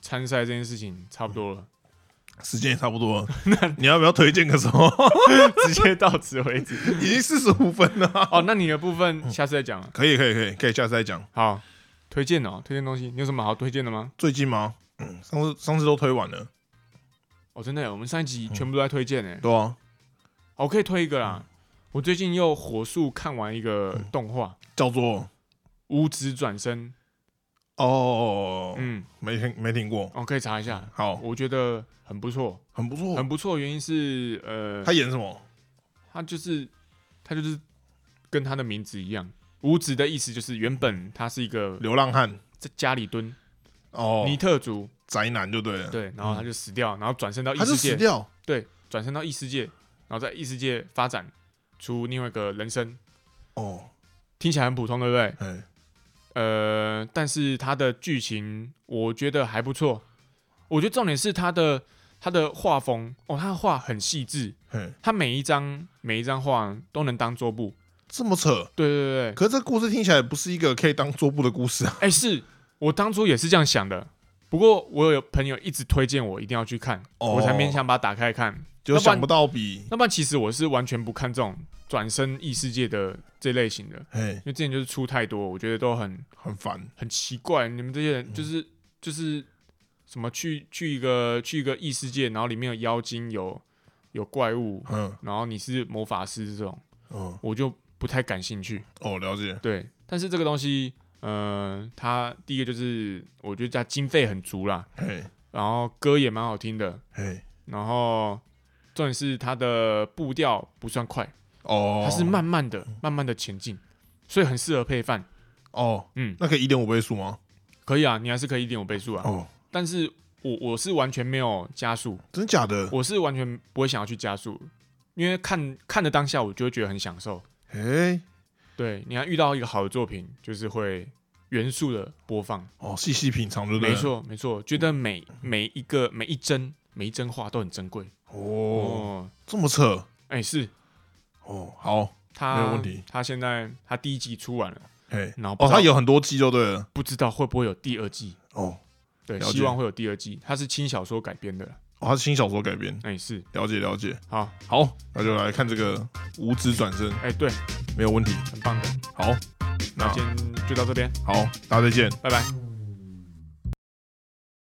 [SPEAKER 2] 参赛这件事情差不多了，
[SPEAKER 1] 时间也差不 (laughs) 多了，你要不要推荐个什么？ (laughs)
[SPEAKER 2] 直接到此为止。
[SPEAKER 1] 已经四十五分了，
[SPEAKER 2] 哦，那你的部分下次再讲啊。
[SPEAKER 1] (laughs) 可以，可以，可以，可以，下次再讲。
[SPEAKER 2] 好，推荐哦，推荐东西，你有什么好推荐的吗？
[SPEAKER 1] 最近吗？嗯，上次上次都推完了，
[SPEAKER 2] 哦，真的耶，我们上一
[SPEAKER 1] 嗯
[SPEAKER 2] 集全部都在推荐哎、
[SPEAKER 1] 对啊，
[SPEAKER 2] 好，我可以推一个啦。
[SPEAKER 1] 嗯
[SPEAKER 2] 我最近又火速看完一个动画《
[SPEAKER 1] 叫做
[SPEAKER 2] 五指转身》，
[SPEAKER 1] 哦，嗯
[SPEAKER 2] 嗯，
[SPEAKER 1] 没听没听过，
[SPEAKER 2] 哦，可以查一下，
[SPEAKER 1] 好，
[SPEAKER 2] 我觉得很不错。
[SPEAKER 1] 很不错
[SPEAKER 2] 很。不错，原因是呃，
[SPEAKER 1] 哦他
[SPEAKER 2] 他
[SPEAKER 1] 演什么？
[SPEAKER 2] 他就是他就是跟他的名字一样，无子的意思就是原本他是一个
[SPEAKER 1] 流浪汉
[SPEAKER 2] 在家里蹲
[SPEAKER 1] 哦，
[SPEAKER 2] 尼特族，
[SPEAKER 1] 宅男就对了，
[SPEAKER 2] 对，然后他就死掉，然后转身到异
[SPEAKER 1] 他
[SPEAKER 2] 世
[SPEAKER 1] 是死
[SPEAKER 2] 界，
[SPEAKER 1] 掉
[SPEAKER 2] 对，转身到异世界，然后在异世界发展出另外一个人生，
[SPEAKER 1] 哦，
[SPEAKER 2] 听起来很普通，对不对？
[SPEAKER 1] 哎，
[SPEAKER 2] 呃，但是它的剧情我觉得还不错，我觉得重点是它的它的画风哦，它的画很细致，
[SPEAKER 1] 嘿，
[SPEAKER 2] 它每一张每一张画都能当桌布。
[SPEAKER 1] 这么扯。
[SPEAKER 2] 对对
[SPEAKER 1] (laughs)
[SPEAKER 2] 对对，
[SPEAKER 1] 可是这故事听起来不是一个可以当桌布的故事啊。
[SPEAKER 2] 哎、是我当初也是这样想的，不过我有朋友一直推荐我一定要去看，
[SPEAKER 1] 哦
[SPEAKER 2] (laughs) 我才勉强把它打开看。
[SPEAKER 1] 就想不到比
[SPEAKER 2] 那不然其实我是完全不看这种转身异世界的这类型的，
[SPEAKER 1] 哎
[SPEAKER 2] 因为之前就是出太多，我觉得都很
[SPEAKER 1] 很烦，
[SPEAKER 2] 很奇怪，你们这些人就是、就是什么去去一个去一个异世界，然后里面有妖精有有怪物，
[SPEAKER 1] 嗯
[SPEAKER 2] 然后你是魔法师这种，
[SPEAKER 1] 嗯
[SPEAKER 2] 我就不太感兴趣。
[SPEAKER 1] 哦，了解，
[SPEAKER 2] 对，但是这个东西，呃，它第一个就是我觉得它经费很足啦，
[SPEAKER 1] 嘿
[SPEAKER 2] 然后歌也蛮好听的，
[SPEAKER 1] 嘿
[SPEAKER 2] 然后重点是它的步调不算快，
[SPEAKER 1] 哦，
[SPEAKER 2] 它是慢慢的、慢慢的前进，所以很适合配饭。
[SPEAKER 1] 哦，
[SPEAKER 2] 嗯，
[SPEAKER 1] 那可以一点五倍速吗？
[SPEAKER 2] 可以啊，你还是可以一点五倍速啊，
[SPEAKER 1] 哦，
[SPEAKER 2] 但是我我是完全没有加速，
[SPEAKER 1] 真假的？
[SPEAKER 2] 我是完全不会想要去加速，因为看看的当下我就会觉得很享受。
[SPEAKER 1] 哎
[SPEAKER 2] 对，你要遇到一个好的作品，就是会原速的播放。
[SPEAKER 1] 哦，细细品尝就对嗯
[SPEAKER 2] 没
[SPEAKER 1] 了，
[SPEAKER 2] 错，没错，觉得每每一个每一帧每一帧画都很珍贵
[SPEAKER 1] 哦，
[SPEAKER 2] 哦。
[SPEAKER 1] 这么扯
[SPEAKER 2] 哎、是
[SPEAKER 1] 哦，好，
[SPEAKER 2] 他
[SPEAKER 1] 没有问题
[SPEAKER 2] 他现在他第一季出完了，
[SPEAKER 1] 嘿，
[SPEAKER 2] 然后嗯不
[SPEAKER 1] 哦，
[SPEAKER 2] 知道
[SPEAKER 1] 他有很多季就对了，
[SPEAKER 2] 不知道会不会有第二季？
[SPEAKER 1] 哦，
[SPEAKER 2] 对，
[SPEAKER 1] 了解
[SPEAKER 2] 希望会有第二季。它是轻小说改编的啦，
[SPEAKER 1] 哦，他是新小说改编，
[SPEAKER 2] 哎、是
[SPEAKER 1] 了解了解，
[SPEAKER 2] 好，
[SPEAKER 1] 好，那就来看这个《五指转身》，
[SPEAKER 2] 哎、对，
[SPEAKER 1] 没有问题，
[SPEAKER 2] 很棒的。
[SPEAKER 1] 好，那
[SPEAKER 2] 那今天就到这边，
[SPEAKER 1] 好，大家再见。
[SPEAKER 2] 拜拜。